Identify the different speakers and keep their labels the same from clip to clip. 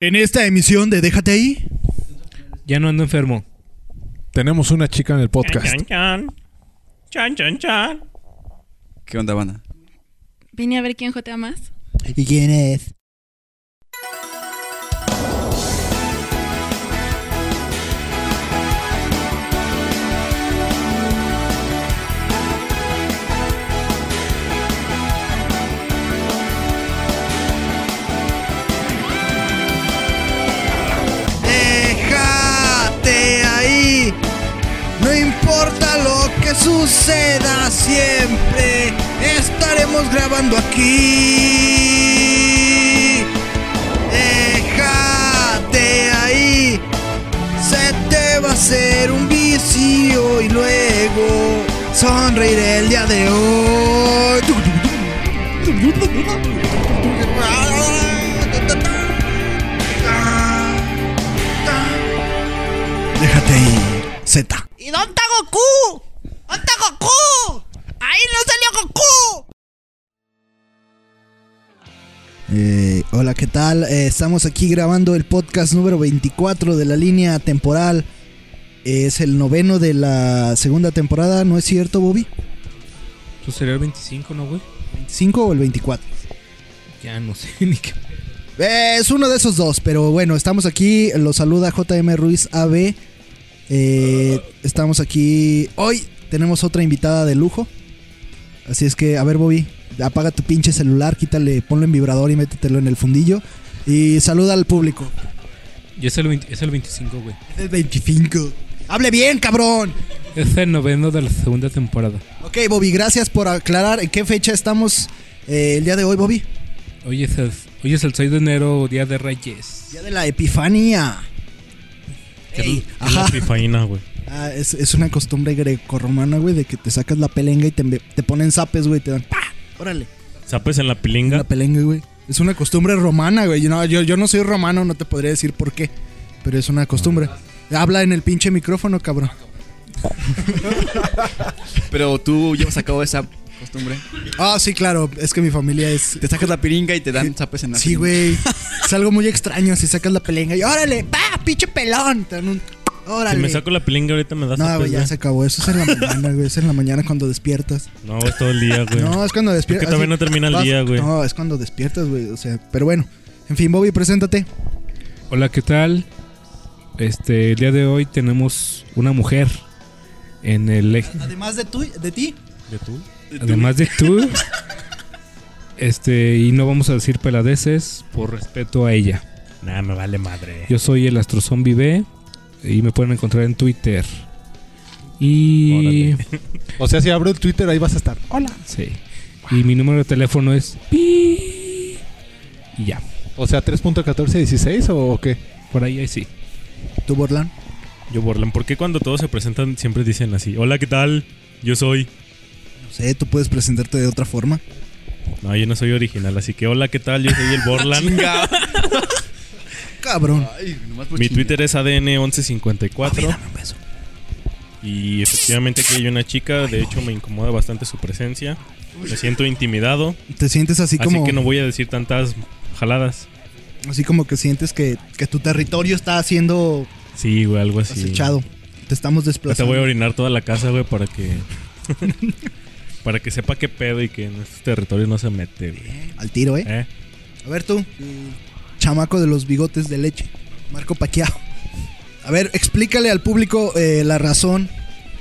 Speaker 1: En esta emisión de Déjate ahí,
Speaker 2: Ya no ando enfermo.
Speaker 3: Tenemos una chica en el podcast.
Speaker 2: Chan, chan, chan.
Speaker 4: ¿Qué onda, banda?
Speaker 5: Vine a ver quién jotea más.
Speaker 6: ¿Y quién es?
Speaker 4: ¡Déjate ahí! No importa lo que suceda, siempre estaremos grabando aquí. ¡Déjate ahí! Se te va a hacer un vicio y luego sonreiré el día de hoy. Déjate ahí, Z.
Speaker 7: ¿Y dónde está Goku? ¿Dónde está Goku? ¡Ahí no salió Goku!
Speaker 6: Eh, hola, ¿qué tal? Eh, estamos aquí grabando el podcast número 24 de la línea temporal. Es el noveno de la segunda temporada, ¿no es cierto, Bobby?
Speaker 2: Pues sería el 25, ¿no, güey?
Speaker 6: ¿25 o el 24?
Speaker 2: Ya no sé ni qué.
Speaker 6: Eh, es uno de esos dos, pero bueno, estamos aquí. Los saluda JM Ruiz AB. Eh, estamos aquí. Hoy tenemos otra invitada de lujo. Así es que, a ver, Bobby, apaga tu pinche celular, quítale, ponlo en vibrador y métetelo en el fundillo. Y saluda al público.
Speaker 2: Ya es el, 20 es el 25, güey.
Speaker 6: El 25. Hable bien, cabrón.
Speaker 2: Es el noveno de la segunda temporada.
Speaker 6: Ok, Bobby, gracias por aclarar en qué fecha estamos eh, el día de hoy, Bobby.
Speaker 2: Hoy es, el, hoy es el 6 de enero, Día de Reyes.
Speaker 6: Día de la Epifanía.
Speaker 2: Que es-
Speaker 6: Ey,
Speaker 2: es
Speaker 6: ajá.
Speaker 2: la pifaína, güey.
Speaker 6: Ah, es, es una costumbre grecorromana, güey, de que te sacas la pelenga y te, embe- te ponen zapes, güey, te dan ¡pa! Órale.
Speaker 2: Sapes pues, en la
Speaker 6: La
Speaker 2: pilinga.
Speaker 6: pelenga, güey. Es una costumbre romana, güey. No, yo, yo no soy romano, no te podría decir por qué. Pero es una costumbre. Habla en el pinche micrófono, cabrón.
Speaker 4: Pero tú llevas a cabo esa costumbre.
Speaker 6: Ah, sí, claro. Es que mi familia es.
Speaker 4: Te sacas la piringa y te dan zapes en la
Speaker 6: Sí,
Speaker 4: piringa.
Speaker 6: güey. Es algo muy extraño si sacas la pelenga y órale, pa, pinche pelón. Te dan un- Órale.
Speaker 2: Si me saco la pilinga ahorita me das
Speaker 6: No,
Speaker 2: zapes,
Speaker 6: güey, ya
Speaker 2: güey.
Speaker 6: se acabó. Eso es en la mañana, güey. Es en la mañana cuando despiertas.
Speaker 2: No, es todo el día, güey.
Speaker 6: No, es cuando despiertas.
Speaker 2: Es que todavía no termina el día, güey.
Speaker 6: No, es cuando despiertas, güey. O sea, pero bueno. En fin, Bobby, preséntate.
Speaker 2: Hola, ¿qué tal? Este, el día de hoy tenemos una mujer en el... e- eje-
Speaker 6: Además de, tú, de ti.
Speaker 2: ¿De tú? Además de tú. este, y no vamos a decir peladeces por respeto a ella.
Speaker 8: Nah, me vale madre.
Speaker 2: Yo soy el AstroZombie B y me pueden encontrar en Twitter. Y.
Speaker 3: O sea, si abro el Twitter, ahí vas a estar.
Speaker 2: Sí. Y mi número de teléfono es. pi. Y ya.
Speaker 3: O sea, 3.1416 o qué?
Speaker 2: Por ahí, ahí sí.
Speaker 6: Tú, Borlán.
Speaker 8: Yo, Borlan, ¿por qué cuando todos se presentan siempre dicen así? Hola, ¿qué tal? Yo soy.
Speaker 6: No sé, tú puedes presentarte de otra forma.
Speaker 8: No, yo no soy original, así que hola, ¿qué tal? Yo soy el Borlan.
Speaker 4: Chinga.
Speaker 6: Cabrón. Ah,
Speaker 4: Ay, nomás por
Speaker 8: Mi
Speaker 4: chingar.
Speaker 8: Twitter es ADN1154. Y efectivamente aquí hay una chica, de hecho me incomoda bastante su presencia. Me siento intimidado,
Speaker 6: Te sientes así
Speaker 8: así
Speaker 6: como.
Speaker 8: que no voy a decir tantas jaladas.
Speaker 6: Así como que sientes que, que tu territorio está siendo
Speaker 8: Sí, güey, algo así.
Speaker 6: acechado. Te estamos
Speaker 8: Te
Speaker 6: desplazando.
Speaker 8: voy a orinar toda la casa, güey, para que. para que sepa qué pedo y que en estos territorios no se mete, güey.
Speaker 6: Al tiro, ¿eh?
Speaker 8: ¿Eh?
Speaker 6: A ver tú, chamaco de los bigotes de leche, Marco Paquiao. A ver, explícale al público eh, la razón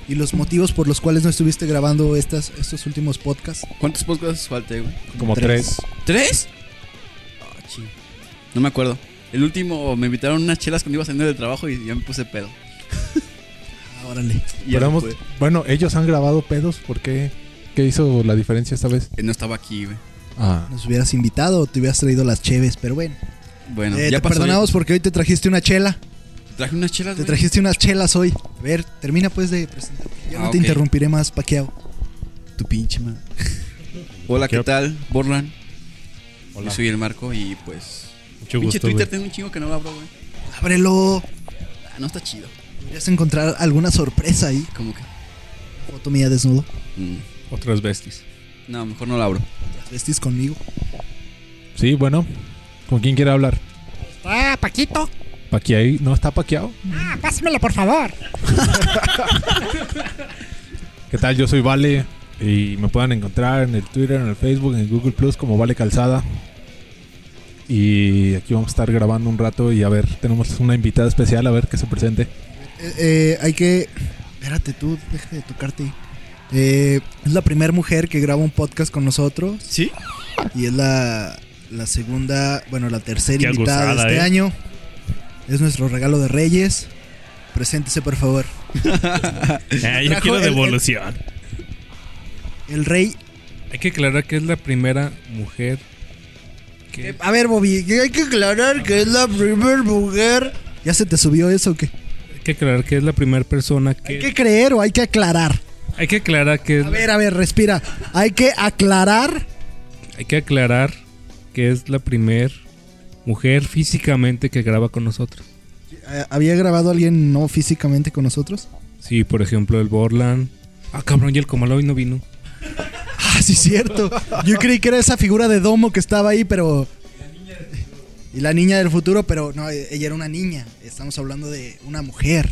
Speaker 6: y los motivos por los cuales no estuviste grabando estas, estos últimos podcasts.
Speaker 4: ¿Cuántos podcasts falté, güey?
Speaker 3: Como tres.
Speaker 4: ¿Tres? Ah, ching. No me acuerdo. El último me invitaron unas chelas cuando iba saliendo del trabajo y ya me puse pedo.
Speaker 6: Ah, órale.
Speaker 4: Y ya
Speaker 3: Pero
Speaker 4: no
Speaker 3: hemos-
Speaker 4: pude.
Speaker 3: bueno, ellos han grabado pedos. ¿Por qué? ¿Qué hizo la diferencia esta vez?
Speaker 4: Eh, No estaba aquí, güey.
Speaker 3: Ah.
Speaker 6: Nos hubieras invitado o te hubieras traído las cheves, pero bueno.
Speaker 4: Bueno,
Speaker 6: Eh,
Speaker 4: ya
Speaker 6: te
Speaker 4: pasó.
Speaker 6: perdonamos porque hoy te trajiste una chela.
Speaker 4: Traje unas chelas,
Speaker 6: Te
Speaker 4: güey.
Speaker 6: trajiste unas chelas hoy. A ver, termina pues de presentarte. Yo no
Speaker 4: Ah,
Speaker 6: te
Speaker 4: ok.
Speaker 6: interrumpiré más, Paquiao.
Speaker 4: Tu pinche madre. Hola, ¿qué
Speaker 8: ¿Qué-
Speaker 4: tal? Borlan.
Speaker 8: Hola.
Speaker 4: Yo soy el Marco y pues...
Speaker 8: Mucho
Speaker 4: pinche
Speaker 8: gusto,
Speaker 4: Twitter
Speaker 8: güey.
Speaker 4: tengo un chingo que no lo abro, güey.
Speaker 6: Ábrelo.
Speaker 4: Ah, no está chido.
Speaker 6: Podrías encontrar alguna sorpresa ahí.
Speaker 4: Como que...
Speaker 6: Foto mía desnudo.
Speaker 4: mm,
Speaker 8: Otras besties.
Speaker 4: No, mejor no lo abro.
Speaker 6: Las vestís conmigo.
Speaker 3: Sí, bueno. ¿Con quién quiere hablar?
Speaker 9: Ah, Paquito.
Speaker 3: Paquiao. ¿No está paqueado?
Speaker 9: Ah, pásamelo, por favor.
Speaker 3: ¿Qué tal? Yo soy Vale y me pueden encontrar en el Twitter, en el Facebook, en el Google Plus como Vale Calzada. Y aquí vamos a estar grabando un rato y a ver, tenemos una invitada especial a ver que se presente.
Speaker 6: Eh, eh, hay que. Espérate, tú, deja de tocarte. ahí. Eh, es la primera mujer que graba un podcast con nosotros.
Speaker 8: ¿Sí?
Speaker 6: Y es la, la segunda, bueno, la tercera
Speaker 8: Qué
Speaker 6: invitada
Speaker 8: abusada,
Speaker 6: de este
Speaker 8: ¿eh?
Speaker 6: año. Es nuestro regalo de Reyes. Preséntese, por favor.
Speaker 8: Ah, yo
Speaker 6: Trajo
Speaker 8: quiero
Speaker 6: el- el-
Speaker 8: devolución.
Speaker 6: El rey.
Speaker 2: Hay que aclarar que es la primera mujer que...
Speaker 6: Eh, A ver, Bobby, hay que aclarar que es la primera mujer. ¿Ya se te subió eso o qué?
Speaker 2: Hay que aclarar que es la primera persona que...
Speaker 6: ¿Hay que creer o hay que aclarar?
Speaker 2: Hay que aclarar que... es-
Speaker 6: A ver, a ver, respira. Hay que aclarar.
Speaker 2: Hay que aclarar que es la primer mujer físicamente que graba con nosotros.
Speaker 6: Eh, ¿Había grabado alguien no físicamente con nosotros?
Speaker 2: Sí, por ejemplo, el Borland. Ah, cabrón, y el Comaloy no vino.
Speaker 6: Ah, sí, cierto. Yo creí que era esa figura de domo que estaba ahí, pero. Y la niña del futuro, pero no, eh, ella era una niña. Estamos hablando de una mujer.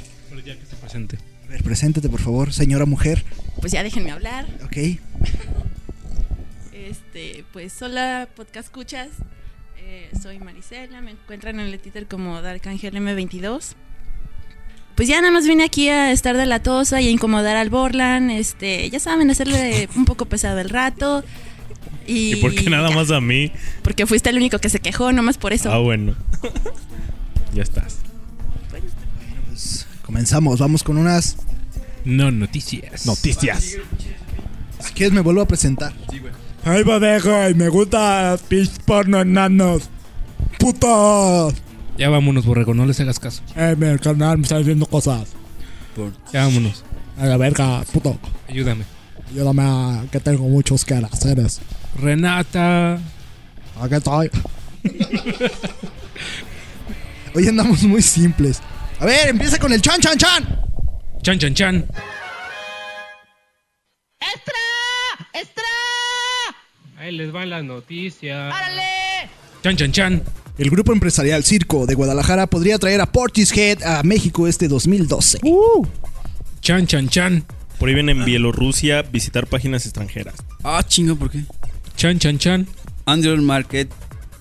Speaker 2: Presente.
Speaker 6: A ver, preséntate, por favor, señora mujer.
Speaker 5: Pues ya déjenme hablar.
Speaker 6: Ok.
Speaker 5: Este, pues hola, podcast escuchas. Eh, soy Marisela, me encuentran en el Twitter como Dark Angel M22. Pues ya nada más vine aquí a estar de la tosa y a incomodar al Borland, este, ya saben, hacerle un poco pesado el rato. Y,
Speaker 8: ¿Y por qué nada
Speaker 5: ya,
Speaker 8: más a mí?
Speaker 5: Porque fuiste el único que se quejó, nomás por eso.
Speaker 8: Ah, bueno. ya estás.
Speaker 6: Bueno, pues comenzamos. Vamos con unas.
Speaker 2: No, noticias.
Speaker 3: Noticias.
Speaker 6: Si quieres, me vuelvo a presentar.
Speaker 9: Ay, bodeja, y me gusta pitch porno enanos.
Speaker 6: ¡Puta!
Speaker 2: Ya vámonos, borrego, no les hagas caso.
Speaker 9: Eh, mi canal me está diciendo cosas.
Speaker 2: Ya vámonos.
Speaker 9: A la verga, puto.
Speaker 2: Ayúdame.
Speaker 9: Ayúdame a que tengo muchos quehaceres.
Speaker 2: Renata.
Speaker 9: Aquí estoy.
Speaker 6: Hoy andamos muy simples. A ver, empieza con el chan, chan, chan.
Speaker 2: Chan, chan, chan.
Speaker 7: ¡Extra! ¡Extra!
Speaker 2: Ahí les van las noticias.
Speaker 7: ¡Árale!
Speaker 2: Chan, chan, chan.
Speaker 6: El grupo empresarial Circo de Guadalajara podría traer a Portishead a México este 2012.
Speaker 2: Chan, chan, chan.
Speaker 8: Prohíben en Bielorrusia visitar páginas extranjeras.
Speaker 10: Ah, chinga, ¿por qué?
Speaker 2: Chan, chan, chan.
Speaker 10: Android Market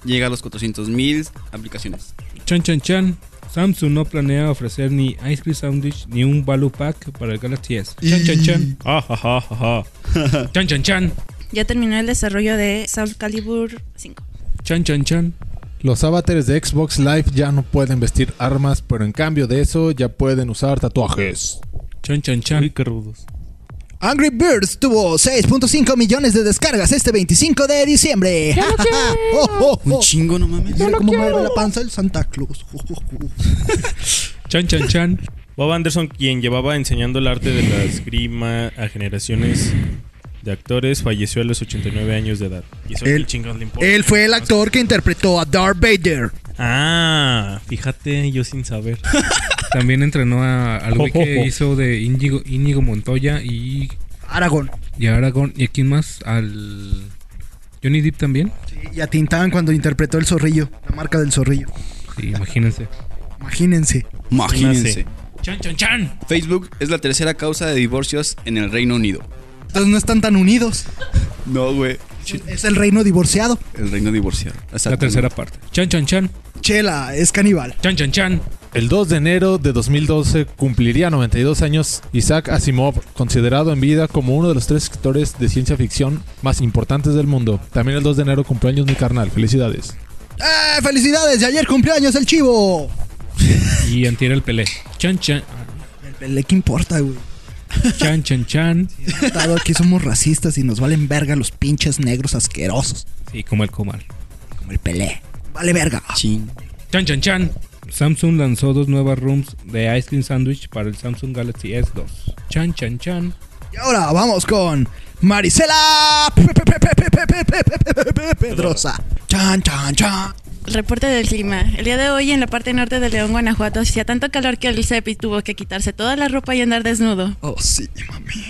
Speaker 10: llega a los 400.000 aplicaciones.
Speaker 2: Chan, chan, chan. Samsung no planea ofrecer ni Ice Cream Sandwich ni un Value Pack para el Galaxy S. Chan, chan, chan.
Speaker 8: Ah, ja, ja, ja, ja.
Speaker 2: Chan, chan, chan.
Speaker 5: Ya terminó el desarrollo de Soul Calibur 5.
Speaker 2: Chan, chan, chan.
Speaker 3: Los avatares de Xbox Live ya no pueden vestir armas, pero en cambio de eso ya pueden usar tatuajes.
Speaker 2: Chan, chan, chan.
Speaker 8: qué rudos.
Speaker 6: Angry Birds tuvo 6.5 millones de descargas este 25 de diciembre. Oh, oh,
Speaker 10: Un
Speaker 6: oh.
Speaker 10: chingo, no mames.
Speaker 6: Mira cómo mueve la panza el Santa Claus. Oh, oh, oh.
Speaker 2: Chan, chan, chan.
Speaker 8: Bob Anderson, quien llevaba enseñando el arte de la esgrima a generaciones de actores, falleció a los 89 años de edad. ¿Y eso
Speaker 6: Él-
Speaker 8: qué chingados le importa?
Speaker 6: Él fue el actor que interpretó a Darth Vader.
Speaker 8: Ah, fíjate, yo sin saber.
Speaker 2: También entrenó a, al güey que
Speaker 8: Ojo.
Speaker 2: hizo de Íñigo, Íñigo Montoya y,
Speaker 6: Aragón.
Speaker 2: y Aragón. ¿Y a quién más? Al Johnny Depp también.
Speaker 6: Y a Tintán cuando interpretó el zorrillo, la marca del zorrillo.
Speaker 2: Sí, imagínense.
Speaker 6: Imagínense.
Speaker 10: Imagínense.
Speaker 2: Chan, chan, chan.
Speaker 10: Facebook es la tercera causa de divorcios en el Reino Unido.
Speaker 6: Entonces no están tan unidos.
Speaker 10: No, güey.
Speaker 6: Es el reino divorciado.
Speaker 10: El reino divorciado.
Speaker 2: La tercera parte. Chan, chan, chan.
Speaker 6: Chela es caníbal.
Speaker 2: Chan, chan, chan.
Speaker 3: El 2 de enero de 2012 cumpliría 92 años Isaac Asimov, considerado en vida como uno de los tres escritores de ciencia ficción más importantes del mundo. También el 2 de enero cumpleaños mi carnal, felicidades.
Speaker 6: ¡Eh, felicidades! De ayer cumpleaños el chivo.
Speaker 2: Y antier el Pelé. Chan, chan.
Speaker 6: El Pelé, ¿qué importa, güey?
Speaker 2: Chan, chan, chan.
Speaker 6: Estado Aquí somos racistas y nos valen verga los pinches negros asquerosos.
Speaker 2: Sí, como el comal.
Speaker 6: Como el Pelé. Vale verga.
Speaker 10: Chin.
Speaker 2: Chan, chan, chan. Samsung lanzó dos nuevas rooms de Ice Cream Sandwich para el Samsung Galaxy S2. Chan, chan, chan.
Speaker 6: Y ahora vamos con Marisela Pe- Pe- Pe- Pe- Pe- Pe- Pe- Pe- Pe- Pe- Pe- Pedrosa. Chan, chan, chan.
Speaker 5: Reporte del clima. El día de hoy en la parte norte de León, Guanajuato, hacía tanto calor que el Cepi tuvo que quitarse toda la ropa y andar desnudo.
Speaker 6: Oh, sí, mami.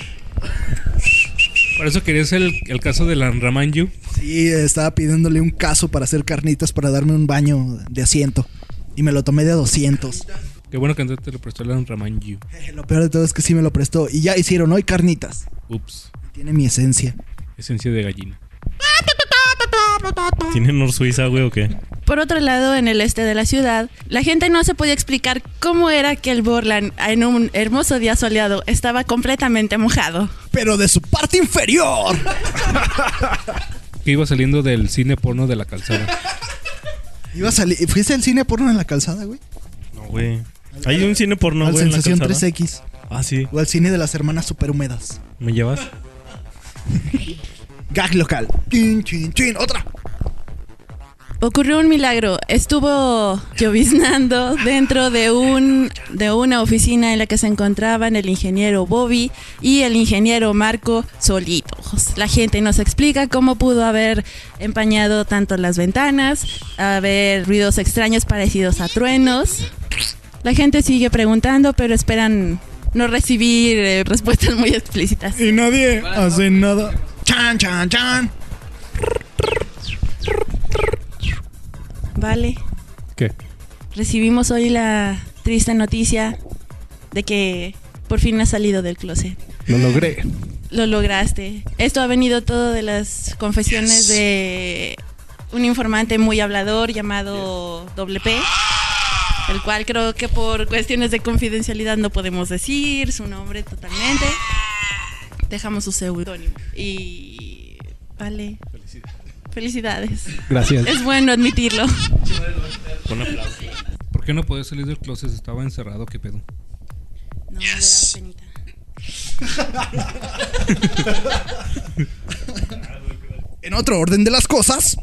Speaker 2: Por eso quería hacer el, el caso de la Ramanju.
Speaker 6: Sí, estaba pidiéndole un caso para hacer carnitas para darme un baño de asiento. Y me lo tomé de a 200.
Speaker 2: Qué bueno que antes te lo prestó el Alan Ramanju.
Speaker 6: Lo peor de todo es que sí me lo prestó. Y ya hicieron hoy carnitas.
Speaker 2: Ups.
Speaker 6: Tiene mi esencia.
Speaker 2: Esencia de gallina. ¿Tiene Nor Suiza, güey, o qué?
Speaker 5: Por otro lado, en el este de la ciudad, la gente no se podía explicar cómo era que el Borland, en un hermoso día soleado, estaba completamente mojado.
Speaker 6: Pero de su parte inferior.
Speaker 2: Que iba saliendo del cine porno de la calzada.
Speaker 6: Iba a salir. ¿Fuiste al cine porno en la calzada, güey?
Speaker 8: No, güey. Hay un cine porno,
Speaker 6: al
Speaker 8: güey. en la
Speaker 6: Sensación
Speaker 8: calzada.
Speaker 6: 3X.
Speaker 8: Ah, sí.
Speaker 6: O al cine de las hermanas superhúmedas.
Speaker 8: ¿Me llevas?
Speaker 6: Gag local. Chin, chin, chin. Otra.
Speaker 5: Ocurrió un milagro. Estuvo lloviznando dentro de un de una oficina en la que se encontraban el ingeniero Bobby y el ingeniero Marco solitos. La gente nos explica cómo pudo haber empañado tanto las ventanas, haber ruidos extraños parecidos a truenos. La gente sigue preguntando, pero esperan no recibir eh, respuestas muy explícitas.
Speaker 9: Y eh, nadie hace nada.
Speaker 6: Chan, chan, chan.
Speaker 5: Vale.
Speaker 2: ¿Qué?
Speaker 5: Recibimos hoy la triste noticia de que por fin has salido del closet.
Speaker 3: Lo logré.
Speaker 5: Lo lograste. Esto ha venido todo de las confesiones de un informante muy hablador llamado Doble P, el cual creo que por cuestiones de confidencialidad no podemos decir su nombre totalmente. Dejamos su seudónimo. Y. Vale. Felicidades.
Speaker 3: Gracias.
Speaker 5: Es bueno admitirlo.
Speaker 8: Con aplauso.
Speaker 2: ¿Por qué no podía salir del closet? Estaba encerrado, qué pedo.
Speaker 5: No, me daba penita.
Speaker 6: En otro orden de las cosas.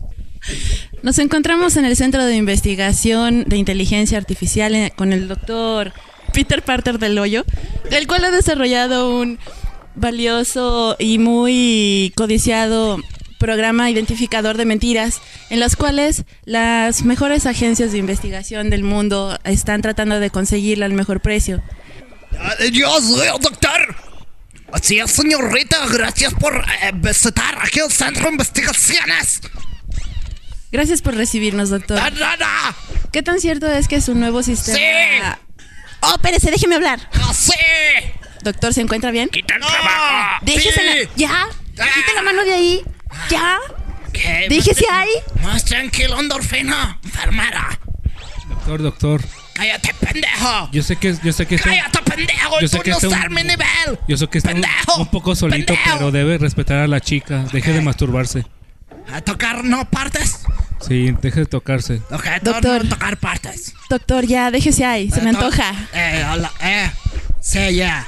Speaker 5: Nos encontramos en el Centro de Investigación de Inteligencia Artificial eh, con el doctor Peter Parter del Hoyo, el cual ha desarrollado un valioso y muy codiciado programa identificador de mentiras, en los cuales las mejores agencias de investigación del mundo están tratando de conseguirla al mejor precio.
Speaker 4: Yo soy el eh, doctor. Así es, señorita. Gracias por eh, visitar aquí el centro de investigaciones.
Speaker 5: Gracias por recibirnos, doctor.
Speaker 4: ¡Ah, ¡Nada!
Speaker 5: ¿Qué tan cierto es que su nuevo sistema...
Speaker 4: ¡Sí!
Speaker 5: ¡Oh, espérese, déjeme hablar!
Speaker 4: ¡Así!
Speaker 5: Doctor, ¿se encuentra bien?
Speaker 4: ¡Quita el trabajo!
Speaker 5: Déjese
Speaker 4: ¡Sí!
Speaker 5: la- ¡Ya! ¡Quita la mano de ahí! ¡Ya!
Speaker 4: ¿Qué?
Speaker 5: ¡Déjese ahí!
Speaker 4: Más tranquilo, endorfina. Enfermera.
Speaker 2: Doctor, doctor.
Speaker 4: ¡Cállate, pendejo!
Speaker 2: Yo sé que, yo sé que está,
Speaker 4: ¡Cállate, pendejo!
Speaker 2: Yo
Speaker 4: ¡Y
Speaker 2: sé
Speaker 4: tú
Speaker 2: que
Speaker 4: no
Speaker 2: está un-
Speaker 4: estás a mi nivel!
Speaker 2: yo sé que está un,
Speaker 4: ¡Pendejo!
Speaker 2: un poco solito,
Speaker 4: ¡Pendejo!
Speaker 2: pero debe respetar a la chica. Deje de masturbarse.
Speaker 4: A tocar no partes.
Speaker 2: Sí, deje de tocarse.
Speaker 4: Ok,
Speaker 5: Doctor.
Speaker 4: No tocar partes.
Speaker 5: Doctor, ya, déjese ahí. Se me
Speaker 4: Eh, to-
Speaker 5: antoja.
Speaker 4: Eh, hola, eh. Sí, ya.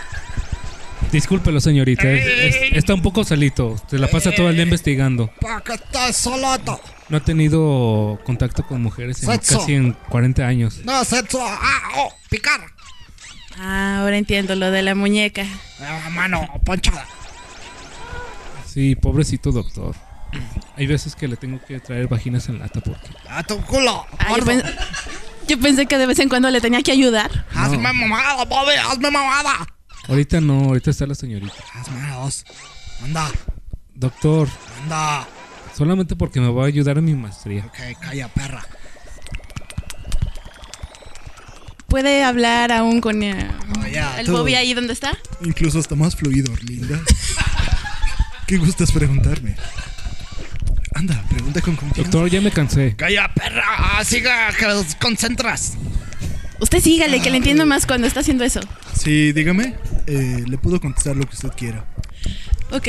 Speaker 2: Discúlpelo, señorita. es- es- está un poco solito. Se la pasa todo el día investigando.
Speaker 4: ¿Para qué estás solito?
Speaker 2: No ha tenido contacto con mujeres en
Speaker 4: Sexo.
Speaker 2: casi en 40 años.
Speaker 4: No, sexo. Ah, oh, picar.
Speaker 5: Ah, ahora entiendo lo de la muñeca.
Speaker 4: Ah, mano, ponchada.
Speaker 2: Sí, pobrecito doctor. Hay veces que le tengo que traer vaginas en lata porque
Speaker 4: A tu culo.
Speaker 5: Ah, yo,
Speaker 4: gordo.
Speaker 5: pen- yo pensé que de vez en cuando le tenía que ayudar.
Speaker 4: Hazme mamada, Bobby. Hazme mamada.
Speaker 2: ahorita no, ahorita está la señorita.
Speaker 1: Ah,
Speaker 4: Hazme dos. Anda,
Speaker 2: Doctor,
Speaker 4: anda.
Speaker 2: solamente porque me va a ayudar a mi maestría.
Speaker 4: Ok, calla, perra.
Speaker 5: ¿Puede hablar aún con eh,
Speaker 4: Oh,
Speaker 6: Ah, ya,
Speaker 5: el
Speaker 6: todo.
Speaker 5: Bobby ahí donde está?
Speaker 1: Incluso hasta más fluido, linda. ¿Qué gustas preguntarme? Anda, pregunta con confianza.
Speaker 2: Doctor, ya me cansé.
Speaker 4: Calla, perra. Ah, siga, que los concentras.
Speaker 5: Usted sígale,
Speaker 4: Ah,
Speaker 5: que le entiendo más cuando está haciendo eso.
Speaker 1: Sí, dígame. eh, le puedo contestar lo que usted quiera.
Speaker 5: Ok.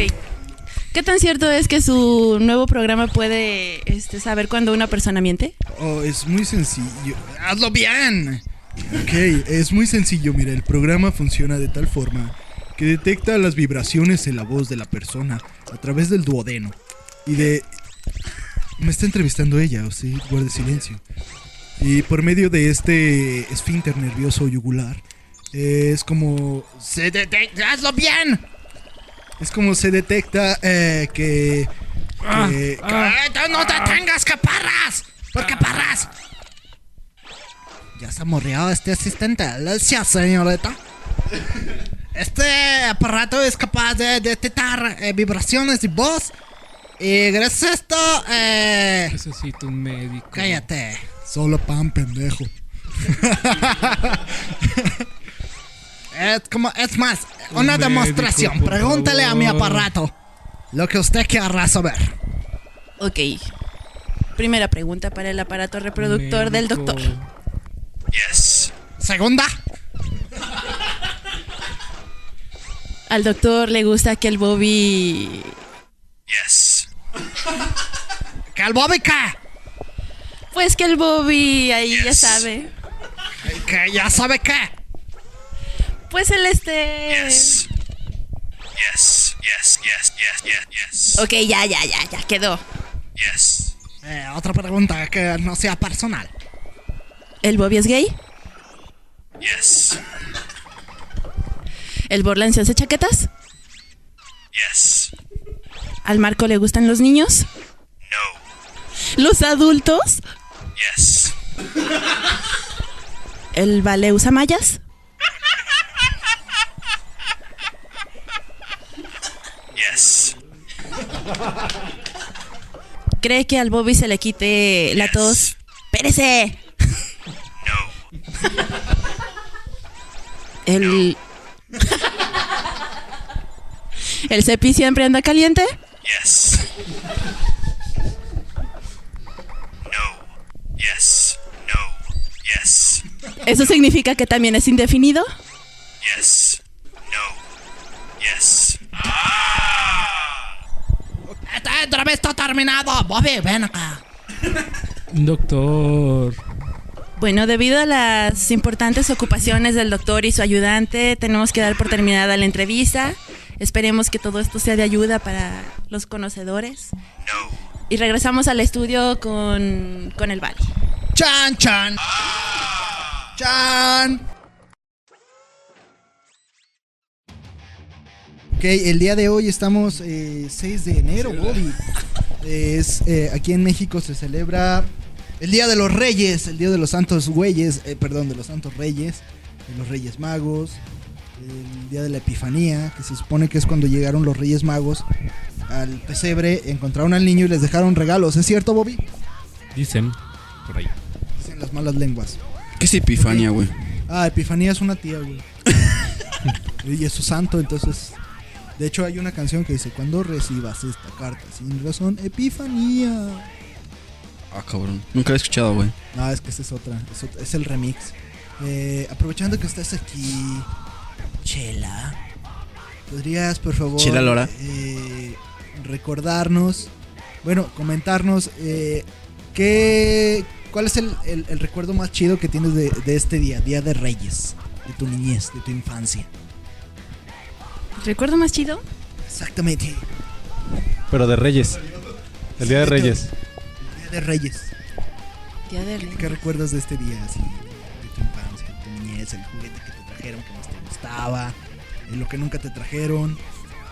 Speaker 5: ¿Qué tan cierto es que su nuevo programa puede este, saber cuando una persona miente?
Speaker 1: Oh, es muy sencillo.
Speaker 4: Hazlo bien.
Speaker 1: Ok, es muy sencillo. Mira, el programa funciona de tal forma que detecta las vibraciones en la voz de la persona a través del duodeno. Y de... Me está entrevistando ella, o sí, guarde silencio. Y por medio de este esfínter nervioso yugular, eh, es como...
Speaker 4: Se detecta. Hazlo bien.
Speaker 1: Es como se detecta eh, que...
Speaker 2: Ah,
Speaker 1: que-
Speaker 4: Eh, tú no te tengas que parras. ¿Por
Speaker 2: Ah.
Speaker 4: qué parras? Ya está morreado este asistente. Gracias, señorita. Este aparato es capaz de detectar eh, vibraciones y voz. Y gracias a esto, eh,
Speaker 2: Necesito un médico.
Speaker 4: cállate.
Speaker 1: Solo pan, pendejo.
Speaker 6: Es, como, es más,
Speaker 4: Un
Speaker 6: una
Speaker 4: médico,
Speaker 6: demostración.
Speaker 4: por
Speaker 6: Pregúntale a mi
Speaker 4: favor.
Speaker 6: aparato lo que usted querrá saber.
Speaker 5: Ok. Primera pregunta para el aparato reproductor del doctor.
Speaker 6: Yes. Segunda.
Speaker 5: Al doctor le gusta que el Bobby.
Speaker 6: Yes. ¡Calbóbica!
Speaker 5: Pues que el Bobby ahí ya sabe.
Speaker 6: ¿Que ya sabe qué?
Speaker 5: Pues el este.
Speaker 6: Yes, yes, yes, yes, yes, yes.
Speaker 5: Ok, ya, ya, ya, ya quedó.
Speaker 6: Yes. Eh, otra pregunta que no sea personal.
Speaker 5: ¿El Bobby es gay?
Speaker 6: Yes.
Speaker 5: ¿El Borland se hace chaquetas?
Speaker 6: Yes.
Speaker 5: ¿Al Marco le gustan los niños? No. ¿Los adultos?
Speaker 6: Yes.
Speaker 5: ¿El vale usa mallas?
Speaker 6: Yes.
Speaker 5: ¿Cree que al Bobby se le quite la tos? ¡Pérese! No. El. ¿El cepi siempre anda caliente?
Speaker 6: Yes. No. Yes. No. Yes.
Speaker 5: ¿Eso significa que también es indefinido?
Speaker 6: Yes. No. Yes. Ah. Esta entrevista ha terminado. Bobby, ven acá.
Speaker 2: Doctor.
Speaker 5: Bueno, debido a las importantes ocupaciones del doctor y su ayudante, tenemos que dar por terminada la entrevista. Esperemos que todo esto sea de ayuda para los conocedores. Y regresamos al estudio con, con el Vale.
Speaker 6: Chan, chan.
Speaker 4: Ah,
Speaker 6: Chan. Ok, el día de hoy estamos eh, 6 de enero, Bobby. Es, eh, aquí en México se celebra el Día de los Reyes, el Día de los Santos Güeyes, eh, perdón, de los Santos Reyes, de los Reyes Magos, el Día de la Epifanía, que se supone que es cuando llegaron los Reyes Magos al pesebre, encontraron al niño y les dejaron regalos. ¿Es cierto, Bobby?
Speaker 2: Dicen. Por ahí.
Speaker 6: Dicen las malas lenguas.
Speaker 10: ¿Qué es Epifania, güey?
Speaker 6: Ah, Epifanía es una tía, güey. y es su santo, entonces. De hecho, hay una canción que dice: Cuando recibas esta carta sin razón, Epifanía.
Speaker 10: Ah, cabrón. Nunca la he escuchado, güey.
Speaker 6: No, es que esa es otra. Es, ot- es el remix. Eh, aprovechando que estás aquí, Chela. ¿Podrías, por favor,
Speaker 10: Chela Lora.
Speaker 6: eh, recordarnos, bueno, comentarnos eh, qué, cuál es el, el- el recuerdo más chido que tienes de, de este día, Día de Reyes, de tu niñez, de tu infancia?
Speaker 5: ¿Recuerdo más chido?
Speaker 6: Exactamente,
Speaker 3: Pero de Reyes. El Día de Reyes.
Speaker 6: Día de Reyes.
Speaker 5: Día de Reyes.
Speaker 6: ¿Qué recuerdas de este día, así, de tu infancia, de tu niñez, el juguete que te trajeron que más te gustaba, eh, lo que nunca te trajeron,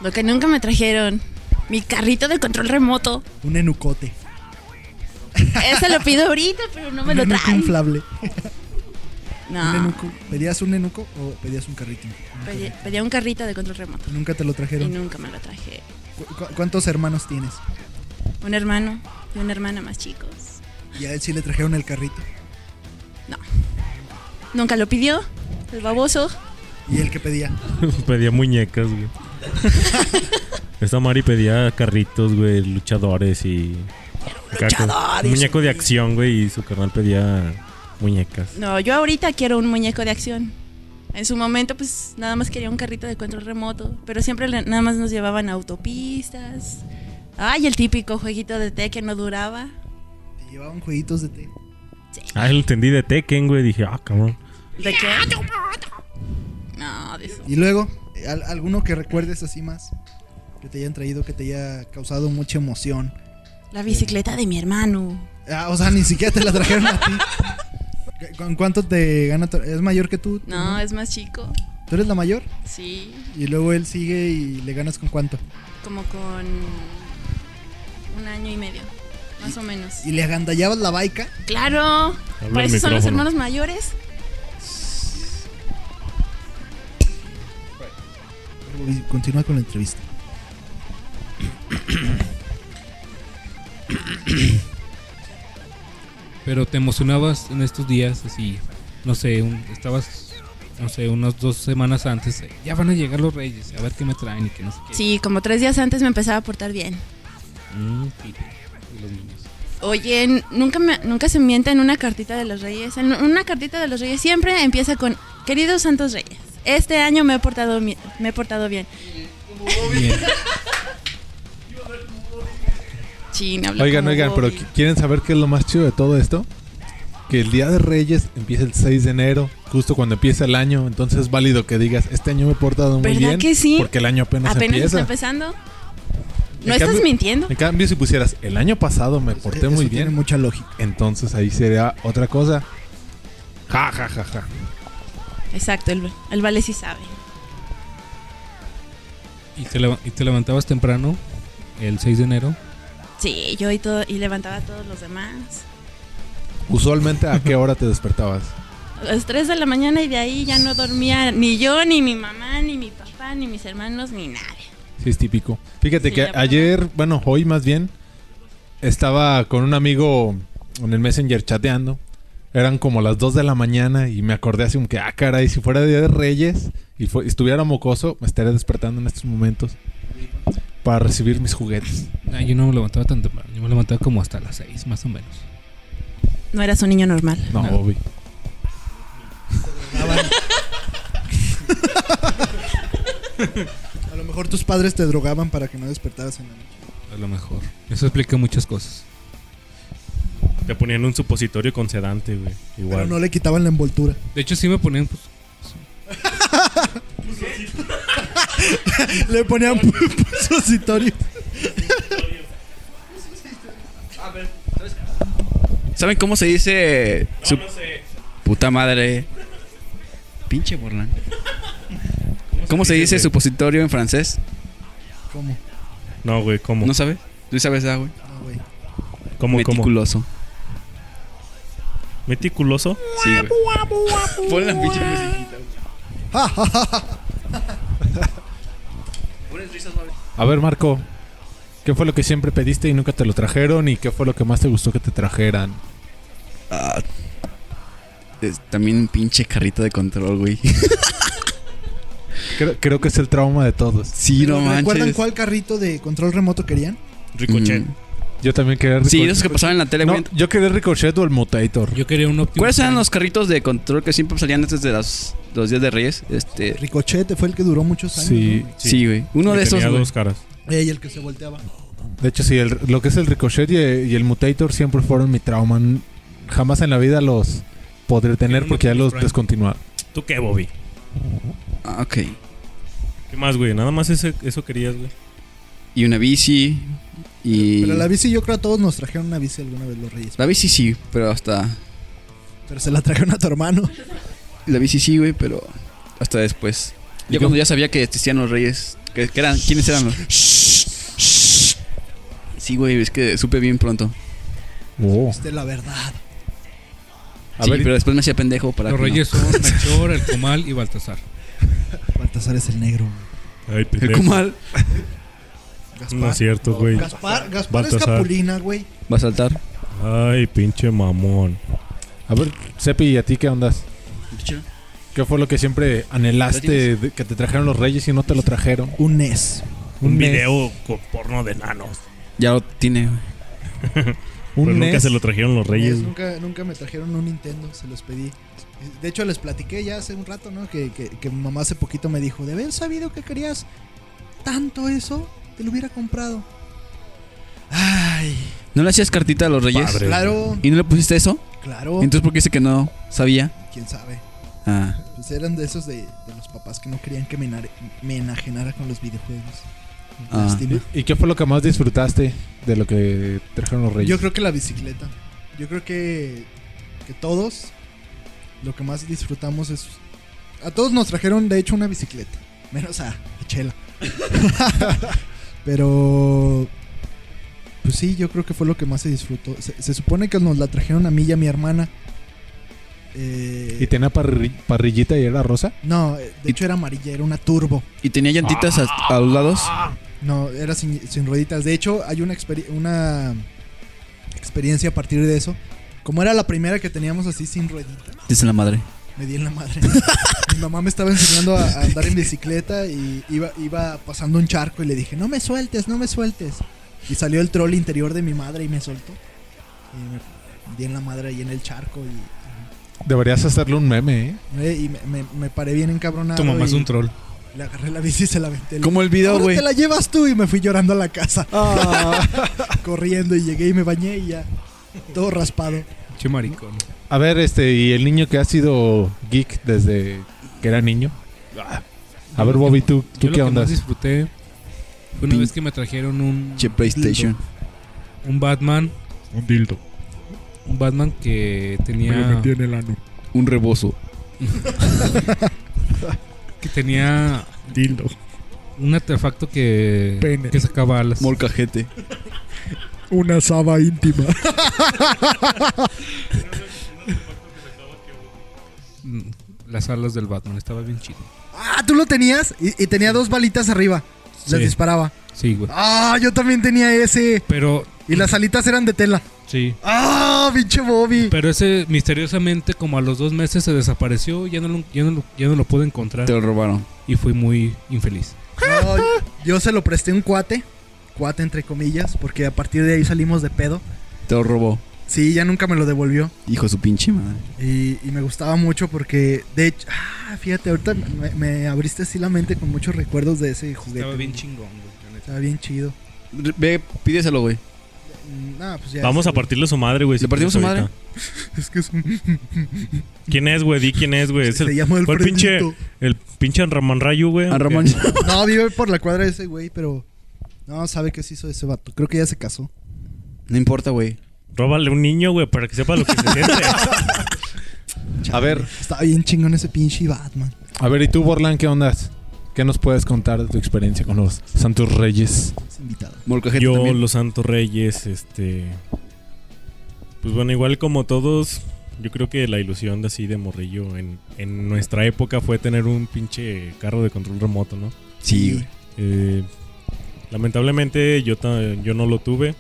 Speaker 5: Lo que nunca me trajeron. Mi carrito de control remoto.
Speaker 6: un enucote?
Speaker 5: Ese lo pido ahorita, pero no me
Speaker 6: Un
Speaker 5: lo
Speaker 6: enuco
Speaker 5: traen.
Speaker 6: inflable. Un
Speaker 5: No.
Speaker 6: enuco. ¿Pedías un enuco o pedías un carrito? Un
Speaker 5: Pedí-
Speaker 6: carrito.
Speaker 5: Pedía un carrito de control remoto.
Speaker 6: Nunca te lo
Speaker 5: Y
Speaker 6: trajeron.
Speaker 5: nunca me lo traje.
Speaker 6: ¿Cu- cu- ¿Cuántos hermanos tienes?
Speaker 5: Un hermano y una hermana más chicos.
Speaker 6: ¿Y a él sí le trajeron el carrito?
Speaker 5: Nunca lo pidió. El baboso.
Speaker 6: ¿Y él qué pedía?
Speaker 8: pedía muñecas, güey. Esta Mari pedía carritos, güey, luchadores y. acá con-
Speaker 5: luchador,
Speaker 8: muñeco de acción, güey, y su carnal pedía muñecas.
Speaker 5: No, yo ahorita quiero un muñeco de acción. En su momento, pues nada más quería un carrito de control remoto. Pero siempre le- nada más nos llevaban a autopistas. Ay, el típico jueguito de té que no duraba.
Speaker 6: Te llevaban jueguitos de té.
Speaker 8: Ah, lo entendí de Tekken, güey. Dije, ah, cabrón.
Speaker 5: ¿De qué? No, de eso.
Speaker 6: ¿Y luego? eh, ¿Al- ¿Alguno que recuerdes así más? Que te hayan traído, que te haya causado mucha emoción.
Speaker 5: La bicicleta de mi hermano.
Speaker 6: Ah, o sea, ni siquiera te la trajeron a ti. ¿Cu- ¿Con cuánto te gana? tu- ¿Es mayor que tú?
Speaker 5: No, es más chico.
Speaker 6: ¿Tú eres la mayor?
Speaker 5: Sí,
Speaker 6: Y luego él sigue y le ganas con cuánto.
Speaker 5: como con un año y medio, más o menos.
Speaker 6: ¿Y le agandallabas la baica?
Speaker 5: Claro,
Speaker 6: Habla
Speaker 5: por
Speaker 6: al
Speaker 5: eso son los
Speaker 6: micrófono.
Speaker 5: hermanos mayores.
Speaker 6: Y Continúa con la entrevista.
Speaker 2: Pero te emocionabas en estos días así. no sé, un- estabas, no sé, unas dos semanas antes, eh, ya van a llegar los reyes, a ver qué me traen y que no sé qué.
Speaker 5: Sí, como tres días antes me empezaba a portar bien.
Speaker 2: Mm, sí, y los niños.
Speaker 5: Oye, n- nunca, me- nunca se mienta en una cartita de los reyes. En una cartita de los reyes siempre empieza con, queridos santos reyes, este año me he portado, mi- me he portado bien.
Speaker 2: Bien.
Speaker 5: Chin, habla
Speaker 3: Oigan,
Speaker 5: como
Speaker 3: oigan, pero
Speaker 5: Bobby.
Speaker 3: qui- ¿quieren saber qué es lo más chido de todo esto? Que el Día de Reyes empieza el 6 de enero, justo cuando empieza el año. Entonces es válido que digas, este año me he portado muy
Speaker 5: ¿Verdad
Speaker 3: bien.
Speaker 5: que sí?
Speaker 3: Porque el año apenas,
Speaker 5: Apenas está
Speaker 3: empieza.
Speaker 5: empezando.
Speaker 3: En
Speaker 5: ¿No estás
Speaker 3: cambio-
Speaker 5: mintiendo?
Speaker 3: En cambio, si pusieras, el año pasado me porté muy bien.
Speaker 6: Pues, mucha lógica.
Speaker 3: Entonces ahí sería otra cosa. Ja, ja, ja, ja.
Speaker 5: Exacto, el, el Vale sí sabe.
Speaker 2: Y te, leva- y te levantabas temprano, el 6 de enero.
Speaker 5: Sí, yo y, todo, y levantaba a todos los demás.
Speaker 3: Usualmente, ¿a qué hora te despertabas?
Speaker 5: A las 3 de la mañana y de ahí ya no dormía ni yo, ni mi mamá, ni mi papá, ni mis hermanos, ni nadie.
Speaker 3: Sí, es típico. Fíjate
Speaker 5: Sí,
Speaker 3: que
Speaker 5: ya pasa.
Speaker 3: ayer, bueno, hoy más bien, estaba con un amigo en el Messenger chateando. Eran como las 2 de la mañana y me acordé así como que, ah, caray, si fuera Día de Reyes y fu- estuviera mocoso, me estaría despertando en estos momentos para recibir mis juguetes.
Speaker 2: Ah, yo no me levantaba tan temprano, yo me levantaba como hasta las 6, más o menos.
Speaker 5: No eras un niño normal.
Speaker 3: No,
Speaker 2: No.
Speaker 3: Bobby.
Speaker 6: A lo mejor tus padres te drogaban para que no despertaras en la noche.
Speaker 2: A lo mejor. Eso explica muchas cosas.
Speaker 8: Te ponían un supositorio con sedante, güey.
Speaker 6: Pero
Speaker 8: Igual.
Speaker 6: no le quitaban la envoltura.
Speaker 2: De hecho, sí me ponían. Pues,
Speaker 6: Mm-hmm. le ponían supositorio.
Speaker 10: ¿Saben cómo se dice? su- Puta madre. Pinche Borland. ¿Cómo se dice
Speaker 8: güey?
Speaker 10: supositorio en francés?
Speaker 6: ¿Cómo?
Speaker 8: No, güey, ¿cómo?
Speaker 10: ¿No sabes? ¿Tú sabes ah, güey?
Speaker 6: No, güey.
Speaker 8: ¿Cómo, cómo?
Speaker 10: Meticuloso.
Speaker 8: ¿Meticuloso?
Speaker 10: Sí, güey. Pon la pinche musiquita.
Speaker 6: Ah.
Speaker 10: Pones risas, güey.
Speaker 3: A ver, Marco, ¿qué fue lo que siempre pediste y nunca te lo trajeron? ¿Y qué fue lo que más te gustó que te trajeran?
Speaker 10: Ah. Es también un pinche carrito de control, güey.
Speaker 3: Creo, creo que es el trauma de todos.
Speaker 10: Sí, no
Speaker 6: ¿Recuerdan
Speaker 10: manches.
Speaker 6: cuál carrito de control remoto querían?
Speaker 8: Ricochet.
Speaker 10: Mm.
Speaker 3: Yo también quería
Speaker 10: Sí,
Speaker 3: Ricochet.
Speaker 10: esos que pasaban en la tele,
Speaker 3: No,
Speaker 10: güey.
Speaker 3: yo quería Ricochet o el Mutator.
Speaker 2: yo quería un Optimus
Speaker 10: ¿Cuáles eran
Speaker 2: Prime.
Speaker 10: los carritos de control que siempre salían antes de las- los días de Reyes? Este,
Speaker 6: Ricochete fue el que duró muchos años.
Speaker 3: Sí.
Speaker 8: Sí.
Speaker 10: sí, güey. Uno
Speaker 8: Que
Speaker 10: de esos,
Speaker 8: tenía
Speaker 10: güey.
Speaker 8: dos caras.
Speaker 6: ¿no? Eh, y el que se volteaba.
Speaker 3: De hecho, sí, el- lo que es el Ricochet y, y el Mutator siempre fueron mi trauma. N- Jamás en la vida los podré tener
Speaker 8: un
Speaker 3: porque ya
Speaker 8: Optimus
Speaker 3: los
Speaker 8: Prime.
Speaker 3: descontinuaron.
Speaker 8: ¿Tú qué, Bobby?
Speaker 10: Ah, ok.
Speaker 8: ¿Qué más, güey? Nada más ese- eso querías, güey.
Speaker 10: Y una bici. Y.
Speaker 6: Pero la bici, yo creo a todos nos trajeron una bici alguna vez los Reyes.
Speaker 10: La bici sí, pero hasta.
Speaker 6: Pero se la trajeron a tu hermano.
Speaker 10: La bici sí, güey, pero. Hasta después.
Speaker 3: ¿Y
Speaker 10: Ya
Speaker 3: cómo-
Speaker 10: cuando ya sabía que existían los Reyes. Que, que eran, ¿Quiénes eran los.? Sí, güey, es que supe bien pronto.
Speaker 3: Wow.
Speaker 6: Esta es la verdad.
Speaker 3: A
Speaker 10: sí,
Speaker 3: ver,
Speaker 10: pero después me hacía pendejo para.
Speaker 2: Los
Speaker 10: que no.
Speaker 2: reyes son Melchor, el Comal y Baltasar.
Speaker 6: Baltasar es el negro.
Speaker 8: Ay,
Speaker 10: El
Speaker 8: pendejo.
Speaker 10: Kumal
Speaker 6: Gaspar.
Speaker 8: No es cierto, güey.
Speaker 6: Gaspar, Gaspar es
Speaker 8: Baltasar.
Speaker 6: Capulina, güey.
Speaker 10: va a saltar.
Speaker 8: Ay, pinche mamón.
Speaker 3: a ver, Sepi, ¿y a ti qué ondas? ¿Qué fue lo que siempre anhelaste de- que te trajeron los reyes y no te lo trajeron? E
Speaker 6: Un E NES.
Speaker 8: Un,
Speaker 3: NES.
Speaker 8: video con porno de nanos.
Speaker 10: Ya lo tiene, güey.
Speaker 3: Un
Speaker 8: Pero nunca
Speaker 3: NES.
Speaker 8: se lo trajeron los reyes.
Speaker 6: NES,
Speaker 8: güey.
Speaker 6: Nunca, nunca me trajeron un Nintendo, se los pedí. De hecho, les platiqué ya hace un rato, ¿no? Que, que, que mi mamá hace poquito me dijo, de haber sabido que querías tanto eso, te lo hubiera comprado. Ay,
Speaker 10: ¿No le hacías cartita a los Reyes?
Speaker 8: Padre.
Speaker 6: claro,
Speaker 10: ¿Y no le pusiste eso?
Speaker 6: claro.
Speaker 10: Entonces, ¿por qué dice que no sabía?
Speaker 6: ¿Quién sabe?
Speaker 10: Ah.
Speaker 6: Pues eran de esos de, de los papás que no querían que me, enar- me enajenara con los videojuegos.
Speaker 10: Ah.
Speaker 6: Lástima.
Speaker 3: ¿Y qué fue lo que más disfrutaste de lo que trajeron los reyes?
Speaker 6: Yo creo que la bicicleta. Yo creo que, que todos lo que más disfrutamos es... A todos nos trajeron, de hecho, una bicicleta. Menos a, a Chela. Pero... Pues sí, yo creo que fue lo que más se disfrutó. Se, se supone que nos la trajeron a mí y a mi hermana. Eh,
Speaker 3: ¿Y tenía parri- parrillita y era rosa?
Speaker 6: no, eh, de
Speaker 10: y-
Speaker 6: hecho era amarilla, era una turbo.
Speaker 10: ¿Y tenía llantitas a, a los lados?
Speaker 8: Ah,
Speaker 6: No, era sin, sin rueditas. De hecho, hay una, experi- una experiencia a partir de eso
Speaker 1: Como era la primera que teníamos así sin ruedita,
Speaker 10: Dice la madre.
Speaker 1: me di en la madre. Mi mamá me estaba enseñando a, a andar en bicicleta y iba, iba pasando un charco y le dije, no me sueltes, no me sueltes. Y salió el troll interior de mi madre y me soltó. Y me di en la madre ahí en el charco y,
Speaker 3: Deberías hacerle un meme, ¿eh?
Speaker 1: eh, y me, me- me paré bien encabronado.
Speaker 3: Tu mamá
Speaker 1: y
Speaker 3: es un troll.
Speaker 1: Le agarré la bici y se la aventé.
Speaker 3: Como el video,
Speaker 1: Ahora
Speaker 3: güey.
Speaker 1: te la llevas tú y me fui llorando a la casa.
Speaker 6: Ah.
Speaker 1: Corriendo y llegué y me bañé y ya. Todo raspado.
Speaker 2: Che maricón.
Speaker 3: A ver, este, y el niño que ha sido geek desde que era niño.
Speaker 8: Ah.
Speaker 3: A ver, Bobby, ¿tú,
Speaker 2: Yo
Speaker 3: tú qué
Speaker 2: lo que
Speaker 3: onda?
Speaker 2: más disfruté fue una
Speaker 10: Pin-
Speaker 2: vez que me trajeron un.
Speaker 10: Che PlayStation.
Speaker 2: dildo. Un Batman.
Speaker 8: Un dildo.
Speaker 2: Un Batman que
Speaker 8: Me lo
Speaker 2: tenía.
Speaker 8: metí en el ano.
Speaker 10: Un rebozo.
Speaker 2: Que tenía
Speaker 8: Dildo.
Speaker 2: un artefacto que.
Speaker 9: Pene.
Speaker 2: Que sacaba alas.
Speaker 10: Molcajete.
Speaker 9: Una saba íntima.
Speaker 2: Mm, Las alas del Batman. Estaba bien chido.
Speaker 6: Ah, tú lo tenías y, y tenía dos balitas arriba. Las
Speaker 2: Sí.
Speaker 6: disparaba.
Speaker 2: Sí, güey.
Speaker 6: Ah, yo también tenía ese.
Speaker 2: Pero.
Speaker 6: Y las alitas eran de tela.
Speaker 2: Sí.
Speaker 6: Ah, pinche Bobby.
Speaker 2: Pero ese misteriosamente, como a los dos meses, se desapareció. Ya no lo, ya no lo- ya no lo pude encontrar.
Speaker 10: Te lo robaron.
Speaker 2: Y fui muy infeliz.
Speaker 6: No, yo se lo presté a un cuate. Cuate entre comillas. Porque a partir de ahí salimos de pedo.
Speaker 10: Te lo robó.
Speaker 6: Sí, ya nunca me lo devolvió.
Speaker 10: Hijo de su pinche madre.
Speaker 6: Y, y me gustaba mucho porque, de hecho, ah, fíjate, ahorita me, me abriste así la mente con muchos recuerdos de ese juguete.
Speaker 2: Estaba bien
Speaker 6: güey.
Speaker 2: chingón, güey. la neta.
Speaker 6: Estaba bien chido.
Speaker 10: Re- Ve, pídeselo, güey.
Speaker 6: Mm, nah, pues ya
Speaker 8: Vamos
Speaker 6: sé,
Speaker 8: a partirle su madre, güey.
Speaker 10: ¿Le partimos su madre?
Speaker 6: güey. Es que es un-
Speaker 8: ¿Quién es, güey? Di quién es, güey. Es
Speaker 6: se
Speaker 8: el,
Speaker 6: llama el
Speaker 8: fue el pinche- el pinche Ramón Rayo, güey.
Speaker 3: Ah,
Speaker 10: A Ah, Ramón.
Speaker 6: No, vive por la cuadra de ese güey, pero no sabe qué se hizo ese vato. Creo que ya se casó.
Speaker 10: No importa, güey.
Speaker 8: Róbale un niño, güey, para que sepa lo que se siente.
Speaker 3: A ver,
Speaker 6: Estaba bien chingón ese pinche Batman.
Speaker 3: a ver, ¿y tú, Borlan, qué onda? ¿Qué nos puedes contar de tu experiencia con los Santos Reyes?
Speaker 6: Es invitado.
Speaker 10: Molcajete
Speaker 8: Yo,
Speaker 10: también.
Speaker 8: los Santos Reyes, este. Pues bueno, igual como todos, yo creo que la ilusión de así de morrillo en, en nuestra época fue tener un pinche carro de control remoto, ¿no?
Speaker 10: Sí, güey.
Speaker 8: Eh, lamentablemente yo, ta- yo no lo tuve.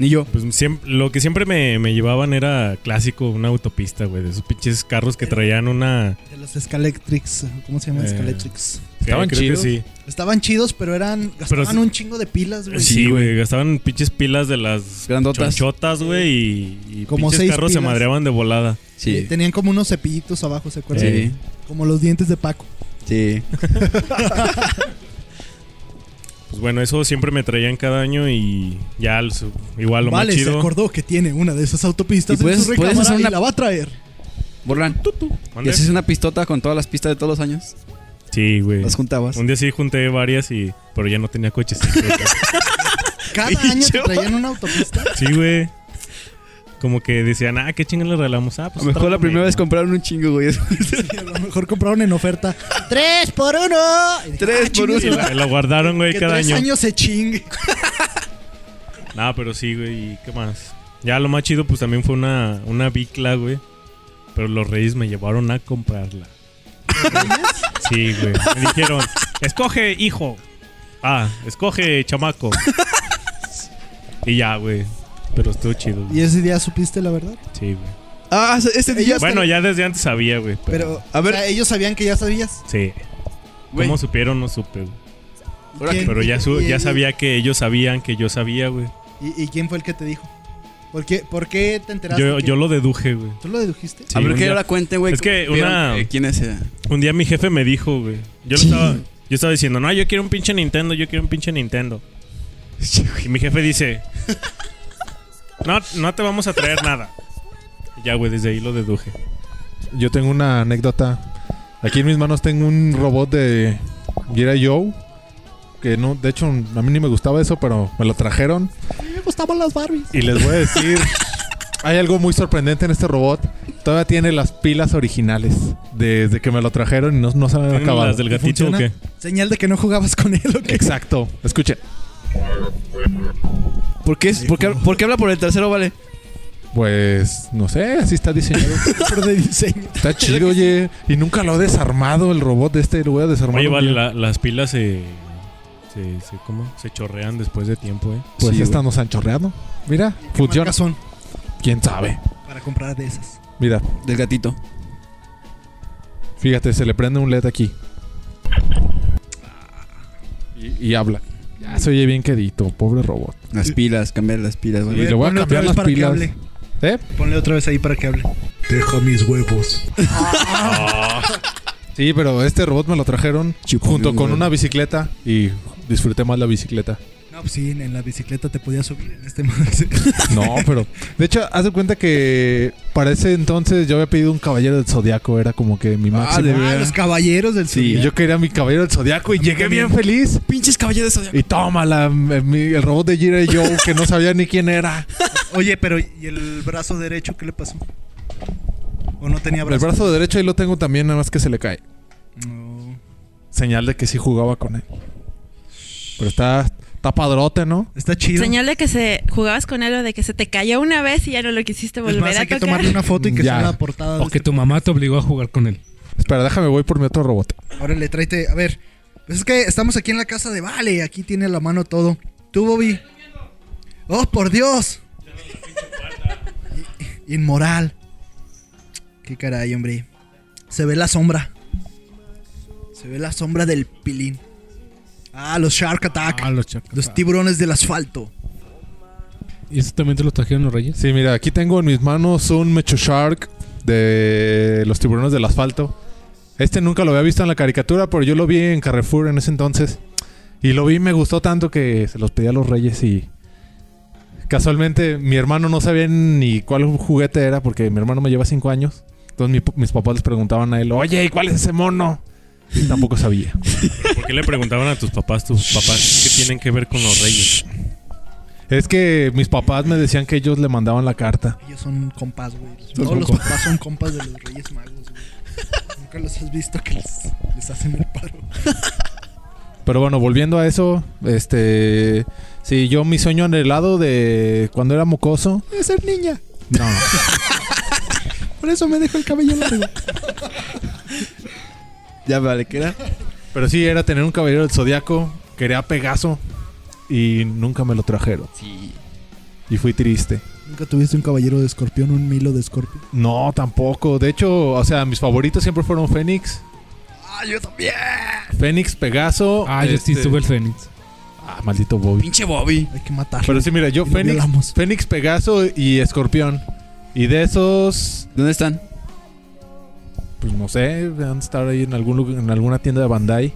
Speaker 10: Ni yo.
Speaker 8: Pues siem- lo que siempre me, me llevaban era clásico, una autopista, güey, de esos pinches carros que traían una.
Speaker 6: De los Scaletrix. ¿Cómo se llama?
Speaker 8: Eh.
Speaker 6: Scaletrix.
Speaker 3: Estaban
Speaker 8: creo que
Speaker 3: chidos.
Speaker 8: sí.
Speaker 6: Estaban chidos, pero eran. Gastaban
Speaker 8: sí-
Speaker 6: un chingo de pilas, güey.
Speaker 8: Sí, güey, gastaban pinches pilas de las
Speaker 10: Grandotas.
Speaker 8: chonchotas, güey, y, y
Speaker 6: Como
Speaker 8: pinches
Speaker 6: seis
Speaker 8: carros se
Speaker 6: pilas.
Speaker 8: madreaban de volada.
Speaker 6: Y
Speaker 10: Sí.
Speaker 6: Eh, Tenían como unos cepillitos abajo, ¿se acuerdan?
Speaker 10: Sí.
Speaker 6: Como los dientes de Paco.
Speaker 10: Sí.
Speaker 8: Pues bueno, eso siempre me traían cada año y ya lo su- igual lo
Speaker 6: vale,
Speaker 8: más
Speaker 6: se
Speaker 8: chido.
Speaker 6: acordó que tiene una de esas autopistas
Speaker 10: Y puedes-
Speaker 6: en su
Speaker 10: puedes
Speaker 6: recámara
Speaker 10: hacer
Speaker 6: y
Speaker 10: una-
Speaker 6: la va a traer.
Speaker 10: Borlan. Y
Speaker 8: ¿Mande?
Speaker 10: haces una pistota con todas las pistas de todos los años.
Speaker 8: Sí, güey.
Speaker 10: Las juntabas.
Speaker 8: Un día sí junté varias y pero ya no tenía coches.
Speaker 6: Cada año te traían una autopista.
Speaker 8: sí, güey. Como que decían, "Ah, qué chingón le regalamos." Ah,
Speaker 10: A
Speaker 8: pues
Speaker 10: lo mejor
Speaker 8: otra
Speaker 10: la primera vez compraron un chingo, güey.
Speaker 6: A lo mejor compraron en oferta. ¡Tres por uno! Y dije,
Speaker 10: Tres
Speaker 6: "Ah,
Speaker 10: por
Speaker 6: chingue
Speaker 8: Y
Speaker 10: uno.
Speaker 8: la, la guardaron, güey,
Speaker 6: Que
Speaker 8: cada
Speaker 6: tres
Speaker 8: año.
Speaker 6: años se chingue.
Speaker 8: Nah, pero sí, güey, ¿y qué más? Ya lo más chido pues también fue una una bicla, güey. Pero los Reyes me llevaron a comprarla. sí, güey. Me dijeron, "Escoge, hijo." Ah, escoge, chamaco. y ya, güey. Pero estuvo chido. güey.
Speaker 6: ¿Y ese día supiste la verdad?
Speaker 8: Sí, güey.
Speaker 10: Ah, ese día.
Speaker 8: Bueno, ya desde antes sabía, güey. Pero,
Speaker 6: Pero,
Speaker 10: A
Speaker 6: a
Speaker 10: ver.
Speaker 6: ver, ellos sabían que ya sabías.
Speaker 8: sí.
Speaker 10: Güey.
Speaker 8: ¿Cómo supieron? No supe, güey.
Speaker 10: Ahora
Speaker 6: ¿Quién?
Speaker 10: que-
Speaker 8: Pero ya, su-
Speaker 6: Y-
Speaker 8: ya
Speaker 6: y-
Speaker 8: sabía que ellos sabían que yo sabía, güey.
Speaker 6: ¿Y, y quién fue el que te dijo? ¿Por qué, por qué te enteraste?
Speaker 8: Yo,
Speaker 6: que-
Speaker 8: yo lo deduje, güey.
Speaker 6: ¿Tú lo dedujiste?
Speaker 8: Sí,
Speaker 10: A ver
Speaker 8: un
Speaker 10: que
Speaker 8: día-
Speaker 10: ahora cuente, güey.
Speaker 8: Es que
Speaker 10: ¿Vieron,
Speaker 8: una-
Speaker 10: eh, ¿Quién es ese?
Speaker 8: Un día mi jefe me dijo, güey. Yo le estaba, yo estaba diciendo, no, yo quiero un pinche Nintendo, yo quiero un pinche Nintendo. Y mi jefe dice, no, no te vamos a traer nada. Y Ya, güey, desde ahí lo deduje.
Speaker 3: Yo tengo una anécdota. Aquí en mis manos tengo un robot de G.I. Joe. Que no, de hecho, a mí ni me gustaba eso, pero me lo trajeron.
Speaker 6: Me gustaban las Barbies.
Speaker 3: Y les voy a decir, hay algo muy sorprendente en este robot. Todavía tiene las pilas originales. Desde que me lo trajeron y no, no se han
Speaker 8: ¿Tienen
Speaker 3: acabado.
Speaker 8: ¿Las del gatito
Speaker 6: ¿Funciona?
Speaker 8: o qué?
Speaker 6: Señal de que no jugabas con él o qué.
Speaker 3: Exacto. Escuche.
Speaker 10: ¿Por qué, es- por qué- por qué habla por el tercero, vale?
Speaker 3: Pues, no sé, así está diseñado.
Speaker 6: Por de diseño.
Speaker 3: Está chido, oye. Y nunca lo he desarmado el robot de este. Lo voy a desarmar.
Speaker 8: Oye,
Speaker 3: un
Speaker 8: vale,
Speaker 3: día.
Speaker 8: la- las pilas se, se, se- ¿cómo? Se chorrean después de tiempo, eh.
Speaker 3: Pues
Speaker 10: Sí,
Speaker 3: esta nos han chorreado. Mira, funciona.
Speaker 6: Marcas son?
Speaker 3: quién sabe.
Speaker 1: Para comprar de esas.
Speaker 3: Mira,
Speaker 10: Del gatito.
Speaker 3: fíjate, se le prende un LED aquí. Y, y habla. Ya se oye bien quedito, pobre robot.
Speaker 10: Las pilas, cambiar las pilas. güey.
Speaker 3: Y le voy a
Speaker 1: Ponle otra
Speaker 3: cambiar
Speaker 1: vez
Speaker 3: las
Speaker 1: para que
Speaker 3: pilas.
Speaker 1: hable.
Speaker 3: ¿Eh?
Speaker 1: Ponle otra vez ahí para que hable. Deja mis huevos. Ah.
Speaker 3: Sí, pero este robot me lo trajeron
Speaker 10: Chupame
Speaker 3: junto
Speaker 10: un
Speaker 3: con
Speaker 10: huevo.
Speaker 3: una bicicleta y disfruté más la bicicleta.
Speaker 1: No, pues sí, en, en la bicicleta te podías subir en este monte.
Speaker 3: No, pero. De hecho, haz de cuenta que para ese entonces yo había pedido un caballero del zodiaco, era como que mi máximo.
Speaker 10: de
Speaker 1: Ah, los caballeros del
Speaker 10: Sí.
Speaker 3: Y
Speaker 1: Zodiaco.
Speaker 3: yo quería mi caballero del zodiaco y llegué
Speaker 1: también.
Speaker 3: bien feliz.
Speaker 10: Pinches caballeros.
Speaker 3: Y tómala, mi- el robot de Gira Joe que no sabía ni quién era.
Speaker 1: Oye, pero ¿y el brazo derecho qué le pasó? ¿O no tenía
Speaker 3: El
Speaker 1: brazo?
Speaker 3: brazo derecho ahí lo tengo también, nada más que se le cae.
Speaker 1: No.
Speaker 3: Señal de que sí jugaba con él. Pero está, está padrote, ¿no?
Speaker 1: Está chido.
Speaker 5: Señal de que se jugabas con él o de que se te cayó una vez y ya no lo quisiste
Speaker 1: es
Speaker 5: volver
Speaker 1: más,
Speaker 5: a
Speaker 1: hay que
Speaker 5: tocar.
Speaker 1: tomarle una foto y que
Speaker 3: Ya.
Speaker 1: sea la portada. de este
Speaker 2: O que tu mamá te obligó a jugar con él.
Speaker 3: Espera, déjame, voy por mi otro robot.
Speaker 1: Órale, tráete. A ver. Pues es que estamos aquí en la casa de Vale. Aquí tiene a la mano todo. Tú, Bobby. ¡Oh, por Dios! Inmoral. Qué caray, hombre. Se ve la sombra. Se ve la sombra del pilín. Ah, los Shark Attack.
Speaker 2: los
Speaker 1: los tiburones del asfalto.
Speaker 2: ¿Y eso también te lo trajeron los reyes?
Speaker 3: Sí, mira, aquí tengo en mis manos un Mecho Shark de los tiburones del asfalto. Este nunca lo había visto en la caricatura, pero yo lo vi en Carrefour en ese entonces. Y lo vi y me gustó tanto que se los pedí a los reyes y... Casualmente mi hermano no sabía ni cuál juguete era porque mi hermano me lleva cinco años. Entonces mi- mis papás les preguntaban a él, oye, ¿y cuál es ese mono? Y tampoco sabía.
Speaker 8: ¿Por qué le preguntaban a tus papás, tus papás, qué tienen que ver con los reyes?
Speaker 3: Es que mis papás me decían que ellos le mandaban la carta.
Speaker 1: Ellos son compas, güey. Todos los papás son compas de los Reyes Magos, güey. Nunca los has visto que les, les hacen el paro.
Speaker 3: Pero bueno, volviendo a eso, este. Sí, yo mi sueño anhelado de cuando era mocoso.
Speaker 6: Es ser niña.
Speaker 3: No.
Speaker 6: Por eso me dejo el cabello largo.
Speaker 10: Ya vale, ¿qué era?
Speaker 3: Pero sí, era tener un caballero del zodiaco. Quería a Pegaso. Y nunca me lo trajeron.
Speaker 10: Sí.
Speaker 3: Y fui triste.
Speaker 6: ¿Nunca tuviste un caballero de escorpión, un milo de escorpión?
Speaker 3: No, tampoco. De hecho, o sea, mis favoritos siempre fueron Fénix.
Speaker 10: ¡Ah, yo también!
Speaker 3: Fénix, Pegaso.
Speaker 2: Ah, yo sí
Speaker 3: este-
Speaker 2: estuve el Fénix.
Speaker 3: Ah, maldito Bobby.
Speaker 10: Pinche Bobby.
Speaker 6: Hay que matarlo.
Speaker 3: Pero sí, mira, yo
Speaker 6: Y lo
Speaker 3: Fénix,
Speaker 6: violamos.
Speaker 3: Fénix, Pegaso y Escorpión. Y de esos,
Speaker 10: ¿Dónde están?
Speaker 3: pues no sé, van a estar ahí en algún lugar- en alguna tienda de Bandai.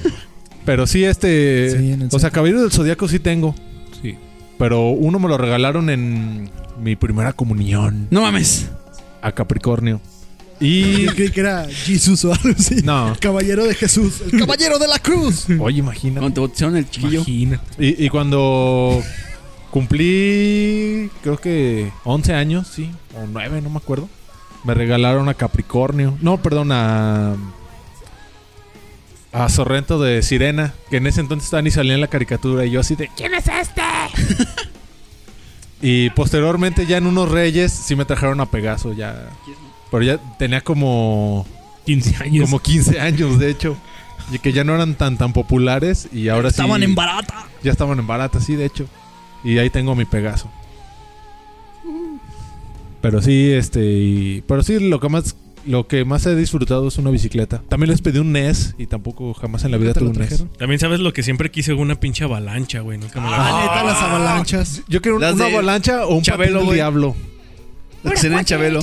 Speaker 3: pero sí, este.
Speaker 6: Sí, en el
Speaker 3: o sea, Caballero del Zodíaco sí tengo.
Speaker 2: Sí.
Speaker 3: Pero uno me lo regalaron en mi primera comunión
Speaker 10: No mames.
Speaker 3: a Capricornio. Y.
Speaker 6: Yo creí que era Jesús o algo así.
Speaker 3: No,
Speaker 6: El caballero de Jesús. El caballero de la cruz.
Speaker 3: oye, imagina.
Speaker 10: ¿Cuándo te botaron el chiquillo?
Speaker 2: Imagina.
Speaker 3: Y, y cuando cumplí, creo que 11 años, sí, o 9, no me acuerdo. Me regalaron a Capricornio. No, perdón, a. A Sorrento de Sirena, que en ese entonces estaba ni salía en la caricatura. Y yo así de. ¿Quién es este? y posteriormente, ya en unos Reyes, sí me trajeron a Pegaso, ya. Pero ya tenía como.
Speaker 2: 15 años.
Speaker 3: Como 15 años, de hecho. Y que ya no eran tan tan populares y ahora sí.
Speaker 4: Estaban en barata.
Speaker 3: Ya estaban en barata, sí, de hecho. Y ahí tengo mi Pegaso. Pero sí, este. y- pero sí, lo que más. Lo que más he disfrutado es una bicicleta. También les pedí un NES y tampoco jamás en la vida
Speaker 6: ¿Nunca te
Speaker 3: tuve un
Speaker 6: lo
Speaker 3: E NES.
Speaker 6: trajeron?
Speaker 8: También sabes lo que siempre quise, una pinche avalancha, güey. Nunca me la
Speaker 6: Ah, neta, las avalanchas.
Speaker 3: Yo quiero un-
Speaker 10: Las
Speaker 3: una
Speaker 10: de
Speaker 3: avalancha o un
Speaker 10: Chabelo,
Speaker 3: patín del
Speaker 10: güey.
Speaker 3: diablo.
Speaker 10: Lo que se en Chabelo.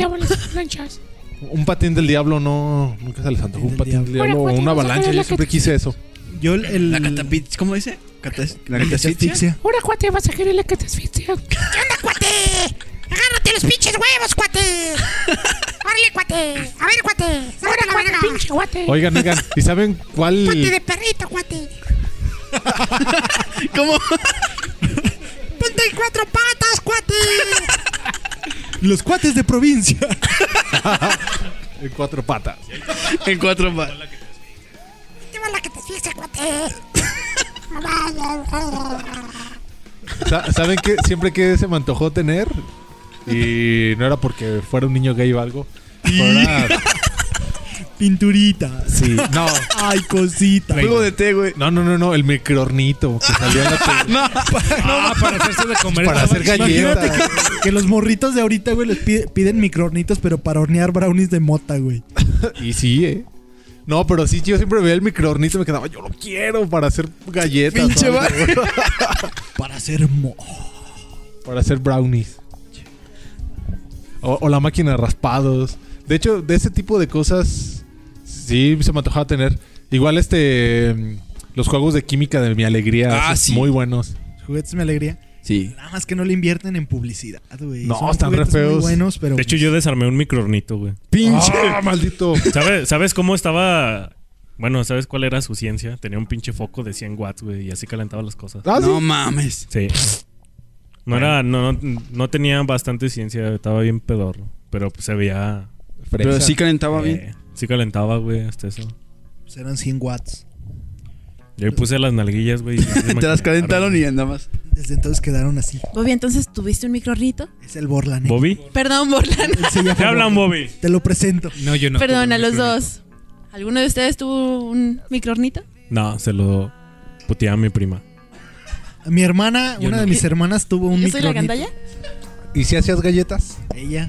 Speaker 3: Un patín del diablo no. Nunca se les antojó un patín del diablo o una avalancha. Yo siempre quise eso.
Speaker 1: Yo el. el-
Speaker 10: La catapit... ¿Cómo dice? Catas- La catafixia.
Speaker 1: asfixia.
Speaker 7: Ahora, cuate, vas a querer la que te asfixia. ¿Qué onda, cuate? Agárrate los pinches huevos, cuate. Órale, cuate. A ver, cuate. Ahora, cuate, pinche cuate.
Speaker 3: Oigan, oigan. ¿Y saben cuál.
Speaker 7: Ponte de perrito, cuate.
Speaker 10: ¿Cómo?
Speaker 7: Ponte en cuatro patas, cuate.
Speaker 6: Los cuates de provincia.
Speaker 3: Ah. En cuatro patas.
Speaker 10: en cuatro más.
Speaker 7: Te va la que te asfixia, cuate.
Speaker 3: Sa- ¿Saben qué? Siempre que se me antojó tener. Y no era porque fuera un niño gay o algo. Fuera
Speaker 6: Pinturita.
Speaker 3: Sí, no.
Speaker 6: Ay, cosita.
Speaker 10: Juego de té, güey.
Speaker 3: No, no, no, no, el microornito que salía en la tele.
Speaker 10: No,
Speaker 2: Ah, para hacerse de comer.
Speaker 3: Para hacer
Speaker 6: Imagínate
Speaker 3: galletas.
Speaker 6: que, que los morritos de ahorita, güey, les pide- piden microornitos, pero para hornear brownies de mota, güey.
Speaker 3: Y sí, eh. No, pero sí, yo siempre veía el microornito y me quedaba, yo lo quiero para hacer galletas.
Speaker 10: Pinche
Speaker 3: o algo,
Speaker 10: bar-
Speaker 3: güey.
Speaker 6: Para hacer mo.
Speaker 3: Para hacer brownies. O, o la máquina de raspados. De hecho, de ese tipo de cosas, sí se me antojaba tener. Igual este. mm, Los juegos de química de mi alegría.
Speaker 10: Ah,
Speaker 3: esos
Speaker 10: sí.
Speaker 3: Muy buenos.
Speaker 6: Juguetes me alegría.
Speaker 10: Sí.
Speaker 6: Nada más que no le invierten en publicidad, güey.
Speaker 3: No,
Speaker 6: Son
Speaker 3: están re
Speaker 6: juguetes muy
Speaker 3: feos.
Speaker 6: buenos, pero.
Speaker 8: De hecho, yo desarmé un microornito, güey.
Speaker 10: Pinche.
Speaker 3: ¡Ah, maldito!
Speaker 8: ¿Sabe- ¿Sabes cómo estaba? Bueno, ¿sabes cuál era su ciencia? Tenía un pinche foco de 100 watts, güey, y así calentaba las cosas.
Speaker 3: Ah, sí.
Speaker 10: No mames.
Speaker 8: Sí. No era, no, no, no tenía bastante ciencia, estaba bien pedorro. Pero pues, se veía.
Speaker 10: Pero
Speaker 3: Fresa.
Speaker 10: sí calentaba
Speaker 8: eh,
Speaker 10: bien.
Speaker 8: sí calentaba, güey, hasta eso.
Speaker 6: Serán 100 watts.
Speaker 8: Yo ahí puse las nalguillas, güey.
Speaker 10: Te las calentaron y nada más.
Speaker 6: Desde entonces quedaron así.
Speaker 5: Bobby, entonces tuviste un micrornito.
Speaker 6: Es el Borland.
Speaker 8: ¿Bobby?
Speaker 5: Perdón, Borlan.
Speaker 8: ¿Qué hablan, Bobby?
Speaker 6: Te lo presento.
Speaker 2: No, yo no.
Speaker 5: Perdón, a
Speaker 2: tuve
Speaker 5: los
Speaker 2: un microornito.
Speaker 5: dos. ¿Alguno de ustedes tuvo un micrornito?
Speaker 8: No, se lo puteaba a mi prima.
Speaker 6: Mi hermana,
Speaker 2: Yo
Speaker 6: una de
Speaker 2: no.
Speaker 6: mis hermanas tuvo un
Speaker 5: ¿Yo soy la
Speaker 6: microornito.
Speaker 5: gandalla?
Speaker 3: ¿Y si hacías galletas?
Speaker 6: Ella.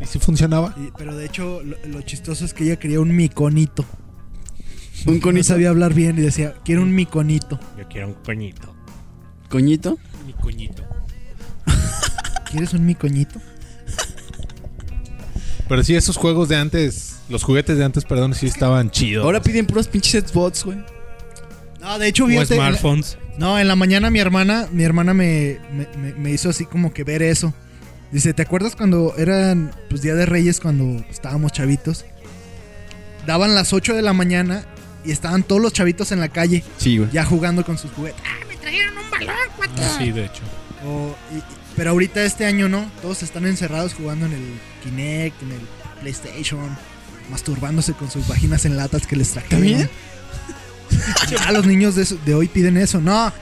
Speaker 3: ¿Y si funcionaba?
Speaker 6: Y- Pero de hecho, lo, lo chistoso es que ella quería un miconito.
Speaker 10: Un
Speaker 6: No
Speaker 10: conito.
Speaker 6: sabía hablar bien y decía, quiero un miconito.
Speaker 8: Yo quiero un coñito.
Speaker 10: ¿Coñito?
Speaker 2: Mi coñito.
Speaker 6: ¿Quieres un micoñito?
Speaker 3: Pero sí, esos juegos de antes, los juguetes de antes, perdón, sí estaban chidos.
Speaker 10: Ahora piden puros pinches bots, güey.
Speaker 6: No, de hecho,
Speaker 2: O
Speaker 6: fíjate. en la-
Speaker 2: smartphones.
Speaker 6: no, en la mañana mi hermana, mi hermana me, me- me- me hizo así como que ver eso. Dice, ¿te acuerdas cuando eran pues Día de Reyes cuando estábamos chavitos? Daban las 8 de la mañana y estaban todos los chavitos en la calle
Speaker 10: Sí, güey.
Speaker 6: ya jugando con sus juguetes.
Speaker 4: Me trajeron un balón, cuate.
Speaker 2: Sí, de hecho.
Speaker 6: O- y- y- pero ahorita este año no, todos están encerrados jugando en el Kinect, en el PlayStation, masturbándose con sus vaginas en latas que les trajeron.
Speaker 10: ¿También?
Speaker 6: Ya los niños de, eso- de hoy piden eso, no.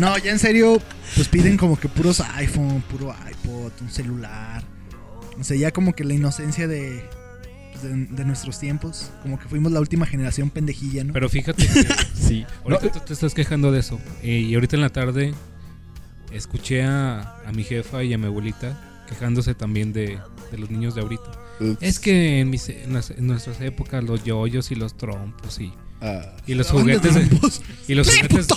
Speaker 6: No, ya en serio, pues piden como que puros iPhone, puro iPod, un celular. O sea, ya como que la inocencia de, pues, de, de nuestros tiempos, como que fuimos la última generación pendejilla, ¿no?
Speaker 2: Pero fíjate que
Speaker 3: sí.
Speaker 2: ahorita tú te estás quejando de eso. Eh, y ahorita en la tarde escuché a, a mi jefa y a mi abuelita quejándose también de, de los niños de ahorita.
Speaker 10: Ups.
Speaker 2: Es que en, mis- en las- en nuestras épocas los yoyos y los trompos y,
Speaker 10: Ah.
Speaker 2: y los juguetes de, y los juguetes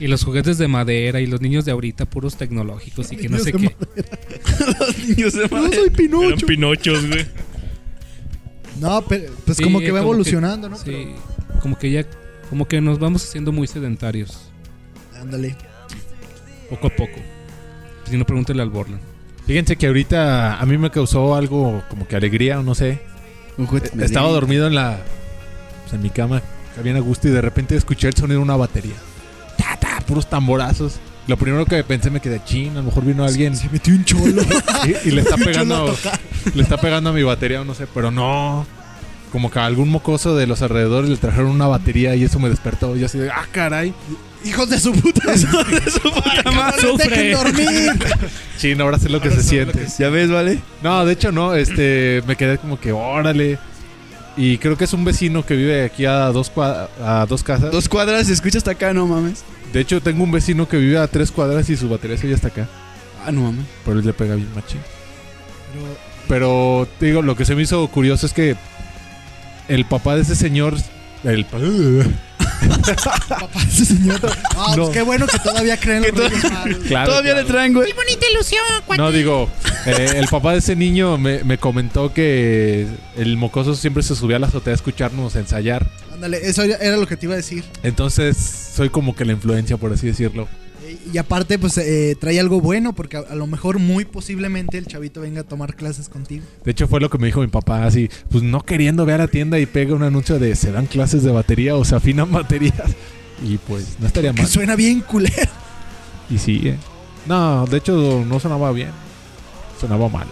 Speaker 2: y los juguetes de madera y los niños de ahorita puros tecnológicos y que no sé qué.
Speaker 10: Los niños de madre.
Speaker 8: Eran pinochos, güey.
Speaker 6: No, pero, pues
Speaker 2: Sí,
Speaker 6: como que
Speaker 2: como
Speaker 6: va
Speaker 2: que-
Speaker 6: evolucionando, ¿no?
Speaker 2: Sí, como que ya como que nos vamos haciendo muy sedentarios
Speaker 6: Pero- ándale.
Speaker 2: poco a poco. Si no pregúntale al Borland.
Speaker 3: Fíjense que ahorita a mí me causó algo como que alegría, o no sé.
Speaker 10: Un juguete me
Speaker 3: Estaba
Speaker 10: di.
Speaker 3: dormido en la. pues, en mi cama, bien a gusto, y de repente escuché el sonido de una batería. Ta, ta, puros tamborazos. Lo primero que pensé me quedé chin, a lo mejor vino alguien
Speaker 6: Se metió un cholo.
Speaker 3: y, y le está pegando. le está pegando a mi batería, o no sé, pero no. Como que a algún mocoso de los alrededores le trajeron una batería y eso me despertó. Yo así de, ah, caray.
Speaker 6: Hijos de su puta.
Speaker 2: Sufre.
Speaker 3: Chin, ahora sé lo que se siente.
Speaker 10: ¿Ya ves, vale?
Speaker 3: No, de hecho no, este, me quedé como que, órale. Y creo que es un vecino que vive aquí a dos, cua- a dos casas.
Speaker 10: Dos cuadras se escucha hasta acá, no mames.
Speaker 3: De hecho, tengo un vecino que vive a tres cuadras y su batería se oye hasta acá.
Speaker 10: Ah, no mames.
Speaker 3: Pero él le pega bien machín. Pero, te digo, lo que se me hizo curioso es que el papá de ese señor... El, pa-
Speaker 6: Papá, ese señor. Ah,
Speaker 3: No.
Speaker 6: pues qué bueno que todavía creen
Speaker 10: Que
Speaker 6: los Reyes Ah, Magos.
Speaker 3: Claro,
Speaker 10: Todavía
Speaker 3: claro.
Speaker 10: le traen, güey.
Speaker 4: ¡Qué bonita ilusión, cuate!
Speaker 3: No, digo, eh, el papá de ese niño me, me comentó que el mocoso siempre se subía a la azotea a escucharnos ensayar.
Speaker 6: Ándale, eso ya era lo que te iba a decir.
Speaker 3: Entonces, soy como que la influencia, por así decirlo.
Speaker 6: Eh, Y aparte, pues eh, trae algo bueno, porque a, a lo mejor muy posiblemente el chavito venga a tomar clases contigo.
Speaker 3: De hecho, fue lo que me dijo mi papá, así, pues no queriendo ver a la tienda y pega un anuncio de se dan clases de batería o se afinan baterías. Y pues no estaría
Speaker 6: Que
Speaker 3: mal.
Speaker 6: suena bien culero.
Speaker 3: Y sí, eh. No, de hecho no sonaba bien. Sonaba mal.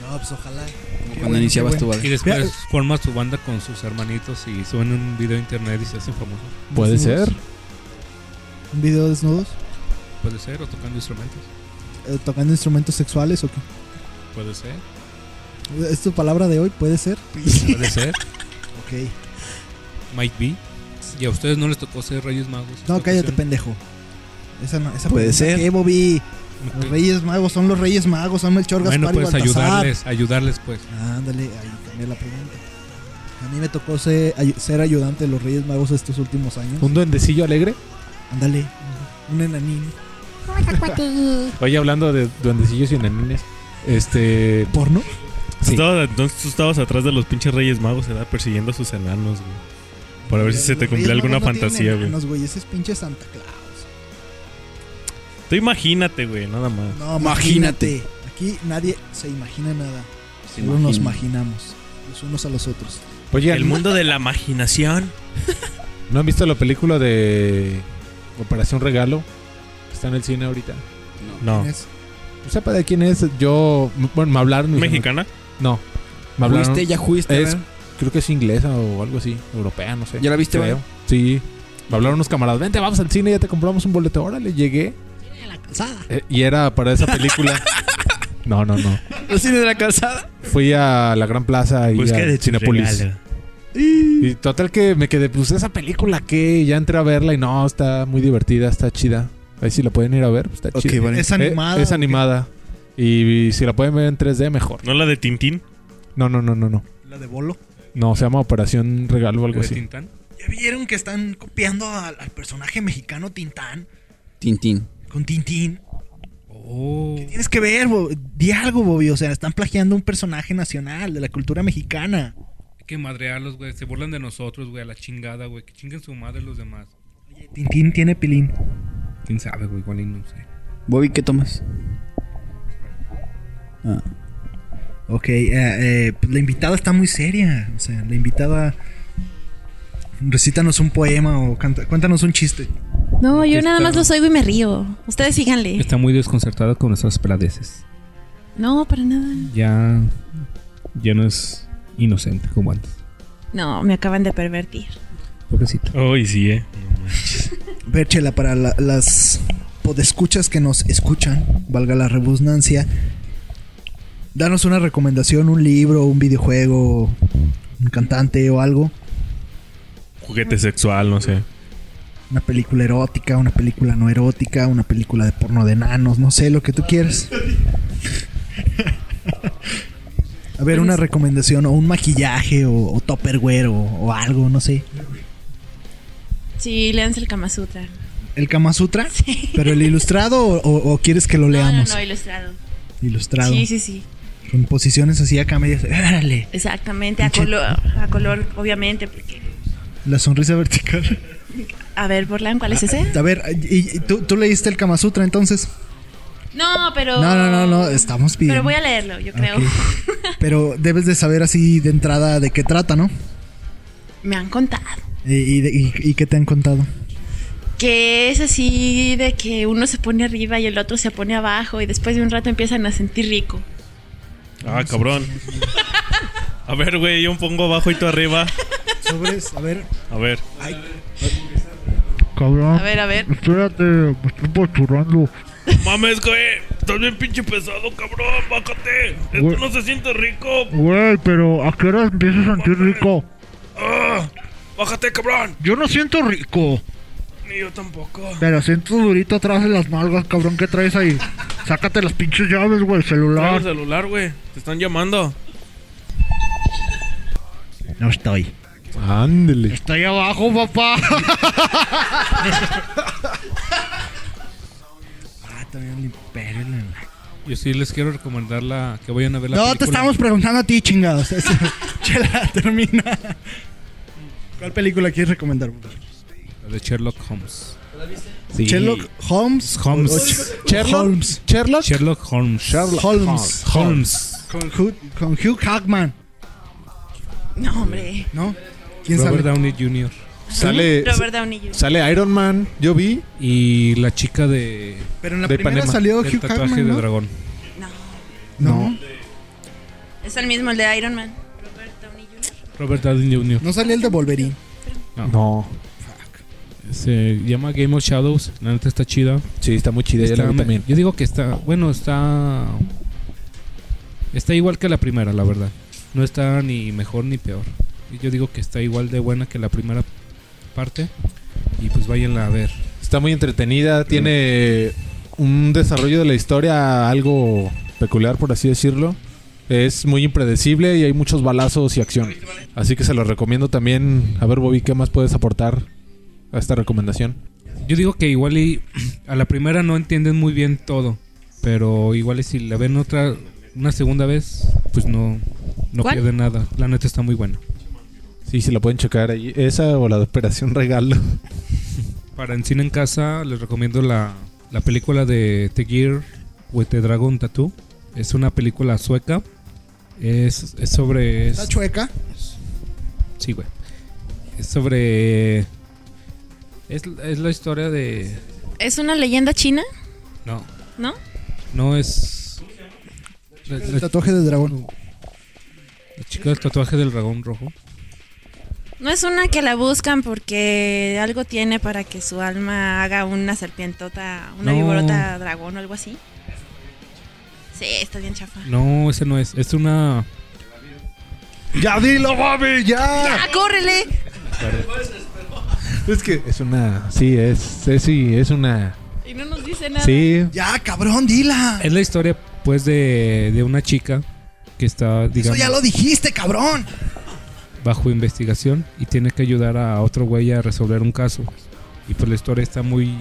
Speaker 6: No, pues ojalá.
Speaker 10: Como
Speaker 6: Qué
Speaker 10: cuando
Speaker 6: bueno,
Speaker 10: iniciabas
Speaker 6: qué
Speaker 10: tu
Speaker 2: Y
Speaker 10: vale.
Speaker 2: después forma su banda con sus hermanitos y suben un video a internet y se hacen famosos.
Speaker 3: Puede
Speaker 6: Desnudos.
Speaker 3: ser.
Speaker 6: ¿Un video desnudos?
Speaker 2: Puede ser, o tocando instrumentos.
Speaker 6: eh, ¿Tocando instrumentos sexuales o qué?
Speaker 2: Puede ser.
Speaker 6: ¿Es tu palabra de hoy? ¿Puede ser?
Speaker 2: Puede ser.
Speaker 6: Ok.
Speaker 2: Might be. Y a ustedes no les tocó ser Reyes Magos.
Speaker 6: No,
Speaker 2: Esta
Speaker 6: cállate,
Speaker 2: ocasión.
Speaker 6: pendejo. Esa no, esa
Speaker 10: Puede
Speaker 6: pregunta
Speaker 10: ser.
Speaker 6: que, Bobby? Los Reyes Magos son los Reyes Magos, son Melchor Gaspar
Speaker 2: Bueno,
Speaker 6: y
Speaker 2: pues
Speaker 6: Baltasar.
Speaker 2: ayudarles, ayudarles pues.
Speaker 6: Ándale, ahí cambié la pregunta. A mí me tocó ser, ay- ser ayudante de los Reyes Magos estos últimos años.
Speaker 3: ¿Un duendecillo alegre?
Speaker 6: Ándale, un enanín.
Speaker 7: Hola, cuate.
Speaker 3: Oye, hablando de duendecillos y enanines, este.
Speaker 6: ¿Porno?
Speaker 3: Sí.
Speaker 8: Estabas- entonces tú estabas atrás de los pinches reyes magos, ¿verdad? Persiguiendo a sus enanos, güey. Para ver si se te
Speaker 6: Los
Speaker 8: cumplía
Speaker 6: Reyes
Speaker 8: alguna
Speaker 6: Magos no tienen
Speaker 8: fantasía, güey.
Speaker 6: enanos, güey. Ese es pinche Santa Claus.
Speaker 8: Tú imagínate, güey, nada más.
Speaker 6: No,
Speaker 10: Imagínate.
Speaker 6: imagínate. Aquí nadie se imagina nada.
Speaker 10: Se
Speaker 6: Solo nos
Speaker 10: imagina.
Speaker 6: imaginamos. Los unos a los otros.
Speaker 3: Oye,
Speaker 8: El mundo de la imaginación.
Speaker 3: Pues ¿no han visto la película de Operación Regalo? Está en el cine ahorita.
Speaker 8: No.
Speaker 6: ¿Quién es?
Speaker 3: No sepa de quién es. Yo. Bueno, me hablaron. y-
Speaker 8: ¿Mexicana?
Speaker 3: No. Me hablaron.
Speaker 10: ¿Fuiste? ¿Ya fuiste?
Speaker 3: Es- creo que es inglesa o algo así. Europea, no sé.
Speaker 10: ¿Ya la viste,
Speaker 3: Creo. Sí. Me hablaron unos camaradas. Vente, vamos al cine, ya te compramos un boleto. Órale, llegué. Eh, y era para esa película. no, no, no.
Speaker 10: ¿Los cines de la calzada?
Speaker 3: Fui a la Gran Plaza y
Speaker 8: Busca
Speaker 3: a
Speaker 8: Pues de Cinepolis.
Speaker 3: Cinépolis. Y total que me quedé, pues esa película que ya entré a verla y no, está muy divertida, está chida. Ahí si la pueden ir a ver, pues, está
Speaker 10: Ok,
Speaker 3: chida.
Speaker 10: vale.
Speaker 6: Es animada.
Speaker 3: Eh, es animada. Y, si la pueden ver en 3D, mejor.
Speaker 8: ¿No la de Tintín?
Speaker 3: No, no, no, no, no.
Speaker 1: La de Bolo.
Speaker 3: No, se llama Operación Regalo o algo
Speaker 2: ¿De
Speaker 3: así.
Speaker 2: Tintán?
Speaker 1: ¿Ya vieron que están copiando al, al personaje mexicano Tintán?
Speaker 10: Tintín.
Speaker 1: Con Tintín.
Speaker 2: Oh.
Speaker 1: ¿Qué tienes que ver? Bo- Di algo, Bobby. O sea, están plagiando un personaje nacional de la cultura mexicana.
Speaker 2: Hay que madrearlos, güey. Se burlan de nosotros, güey. A la chingada, güey. Que chinguen su madre los demás.
Speaker 1: Oye, Tintín tiene pilín.
Speaker 2: ¿Quién sabe, güey? Igual y no sé.
Speaker 10: Bobby, ¿qué tomas? Ah.
Speaker 1: Ok, eh, eh, pues la invitada está muy seria. O sea, la invitada. Recítanos un poema o canta- cuéntanos un chiste.
Speaker 5: No, yo
Speaker 2: Aquí
Speaker 5: nada
Speaker 2: está.
Speaker 5: más los oigo y me río. Ustedes síganle.
Speaker 2: Está muy desconcertada con nuestras peladeces.
Speaker 5: No, para nada.
Speaker 2: Ya. Ya no es inocente como antes.
Speaker 5: No, me acaban de pervertir.
Speaker 2: Pobrecito.
Speaker 8: Ay, sí, eh.
Speaker 6: Verchela, para la- las podescuchas que nos escuchan, valga la rebusnancia, danos una recomendación, un libro, un videojuego, un cantante o algo,
Speaker 8: Juguete sexual, no sé.
Speaker 6: una película erótica, una película no erótica, una película de porno de enanos, no sé, lo que tú quieras. A ver, una recomendación o un maquillaje o, o topperware o, o algo, no sé.
Speaker 5: Sí, leanse el Kama Sutra.
Speaker 6: ¿El Kama Sutra? ¿Pero el ilustrado o, o- o quieres que lo leamos?
Speaker 5: No, no, no, ilustrado.
Speaker 6: Ilustrado.
Speaker 5: Sí, sí, sí.
Speaker 6: Con posiciones así acá medias. ¡Órale!
Speaker 5: Exactamente. A
Speaker 6: Pinche-
Speaker 5: color, a color, obviamente, porque.
Speaker 6: La sonrisa vertical.
Speaker 5: A ver, Borlan, ¿cuál es ese?
Speaker 6: Ah, A ver, y, y- ¿tú, tú leíste el Kama Sutra entonces?
Speaker 5: No, pero.
Speaker 6: No, no, no, no, estamos pidiendo.
Speaker 5: Oh. Pero voy a leerlo, yo creo.
Speaker 6: Ok. Pero debes de saber así de entrada de qué trata, ¿no?
Speaker 5: Me han contado.
Speaker 6: Y, y de- y- y qué te han contado.
Speaker 5: Que es así de que uno se pone arriba y el otro se pone abajo y después de un rato empiezan a sentir rico.
Speaker 8: Ah, cabrón. A ver, güey, yo me pongo abajo y tú arriba.
Speaker 6: Sobres, a ver.
Speaker 8: A ver.
Speaker 5: A ver, a ver.
Speaker 8: Mames, güey. Estás bien pinche pesado, cabrón. Bájate. Esto no se siente rico.
Speaker 9: Güey, pero ¿a qué hora empiezo a sentir rico?
Speaker 8: Ah, bájate, cabrón.
Speaker 9: Yo no siento rico.
Speaker 8: Ni yo tampoco.
Speaker 9: Pero siento durito atrás de las nalgas, cabrón, ¿qué traes ahí? Sácate las pinches llaves, güey,
Speaker 8: Trae el
Speaker 9: celular.
Speaker 8: celular, güey. Te están llamando.
Speaker 1: No estoy.
Speaker 3: Ándele.
Speaker 9: Está ahí abajo, papá.
Speaker 1: Ah, también impérenle.
Speaker 2: Yo sí les quiero recomendar la que vayan a ver la
Speaker 6: No, te
Speaker 2: película.
Speaker 6: estamos preguntando a ti, chingados. Es- Chela, termina. ¿Cuál película quieres recomendar?
Speaker 2: La de Sherlock Holmes.
Speaker 3: Sí.
Speaker 6: ¿Sherlock Holmes?
Speaker 2: Holmes.
Speaker 6: O- o Ch-
Speaker 3: Sherlock.
Speaker 6: Holmes.
Speaker 3: Sherlock.
Speaker 2: Sherlock Holmes.
Speaker 6: Sherlock Holmes.
Speaker 2: Holmes.
Speaker 6: Con Hugh, con Hugh Hackman,
Speaker 5: No, hombre.
Speaker 6: ¿no? ¿Quién
Speaker 2: Robert
Speaker 6: sabe?
Speaker 2: Downey Jr.
Speaker 3: Sale,
Speaker 5: Robert Downey Jr.
Speaker 3: sale Iron Man. Yo vi.
Speaker 2: Y la chica de
Speaker 6: Pero en la
Speaker 3: de
Speaker 6: primera
Speaker 3: Ipanema.
Speaker 6: salió
Speaker 2: del
Speaker 6: Hugh
Speaker 2: tatuaje
Speaker 6: Hackman,
Speaker 2: de
Speaker 6: ¿no?
Speaker 2: dragón.
Speaker 5: No.
Speaker 6: No.
Speaker 5: Es el mismo, el de Iron Man. Robert Downey Jr.
Speaker 2: Robert Downey Jr.
Speaker 6: No salió el de Wolverine.
Speaker 3: No.
Speaker 2: Se llama Game of Shadows. La neta está chida.
Speaker 3: Sí, está muy chida.
Speaker 2: Está-
Speaker 3: yo la vi también.
Speaker 2: Yo digo que está. Bueno, está. Está igual que la primera, la verdad. No está ni mejor ni peor. Y Yo digo que está igual de buena que la primera parte. Y pues váyanla a ver.
Speaker 3: Está muy entretenida, tiene un desarrollo de la historia algo peculiar, por así decirlo. Es muy impredecible y hay muchos balazos y acción. Así que se los recomiendo también. A ver, Bobby, ¿qué más puedes aportar a esta recomendación?
Speaker 2: Yo digo que igual y a la primera no entienden muy bien todo, pero igual y si la ven otra una segunda vez, pues no no
Speaker 5: ¿Cuál?
Speaker 2: pierden nada. La neta está muy buena.
Speaker 3: Sí, se la pueden checar ahí. Esa o la de Operación Regalo.
Speaker 2: Para en cine en casa les recomiendo la, la película de The Gear with the Dragon Tattoo. Es una película sueca. Es, es sobre
Speaker 6: Está chueca.
Speaker 2: Sí, güey. Es sobre es, es la historia de
Speaker 5: ¿Es una leyenda china?
Speaker 2: no,
Speaker 5: ¿No?
Speaker 2: no es la-
Speaker 6: El
Speaker 2: la-
Speaker 6: tatuaje del dragón.
Speaker 2: La chica del tatuaje del dragón rojo.
Speaker 5: No es una que la buscan porque algo tiene para que su alma haga una serpientota, una
Speaker 2: No.
Speaker 5: viborota dragón o algo así. Sí, está bien chafa.
Speaker 2: No, ese no es. Es una.
Speaker 3: ¡Ya dilo, Bobby! ¡Ya!
Speaker 5: ¡Ah, córrele!
Speaker 3: Es que es una. Sí, es. es- sí, es una.
Speaker 5: Y no nos dice nada.
Speaker 3: Sí.
Speaker 6: Ya, cabrón, dila.
Speaker 2: Es la historia, pues, de, de una chica que está,
Speaker 6: Eso
Speaker 2: digamos,
Speaker 6: ya lo dijiste, cabrón.
Speaker 2: bajo investigación y tiene que ayudar a otro güey a resolver un caso. Y pues la historia está muy.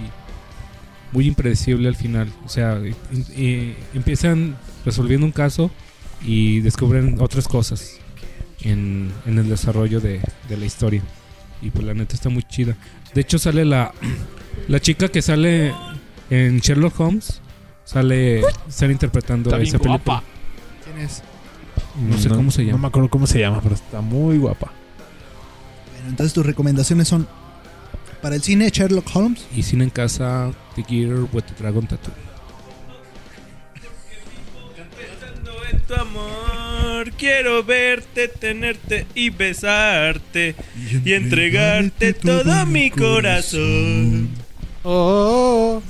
Speaker 2: Muy impredecible al final. O sea, in- eh, empiezan resolviendo un caso y descubren otras cosas en, en el desarrollo de, de la historia. Y pues la neta está muy chida. De hecho, sale la, la chica que sale en Sherlock Holmes. Sale, están interpretando
Speaker 3: Está bien
Speaker 2: esa película.
Speaker 3: guapa.
Speaker 6: ¿Quién es?
Speaker 2: No sé cómo se llama.
Speaker 3: No me acuerdo cómo se llama, pero está muy guapa.
Speaker 6: Bueno, entonces tus recomendaciones son para el cine Sherlock Holmes.
Speaker 2: Y Cine en Casa, The Gear with the Dragon Tattoo.
Speaker 8: en tu amor, quiero verte, tenerte y besarte y entregarte todo mi corazón.
Speaker 3: Oh,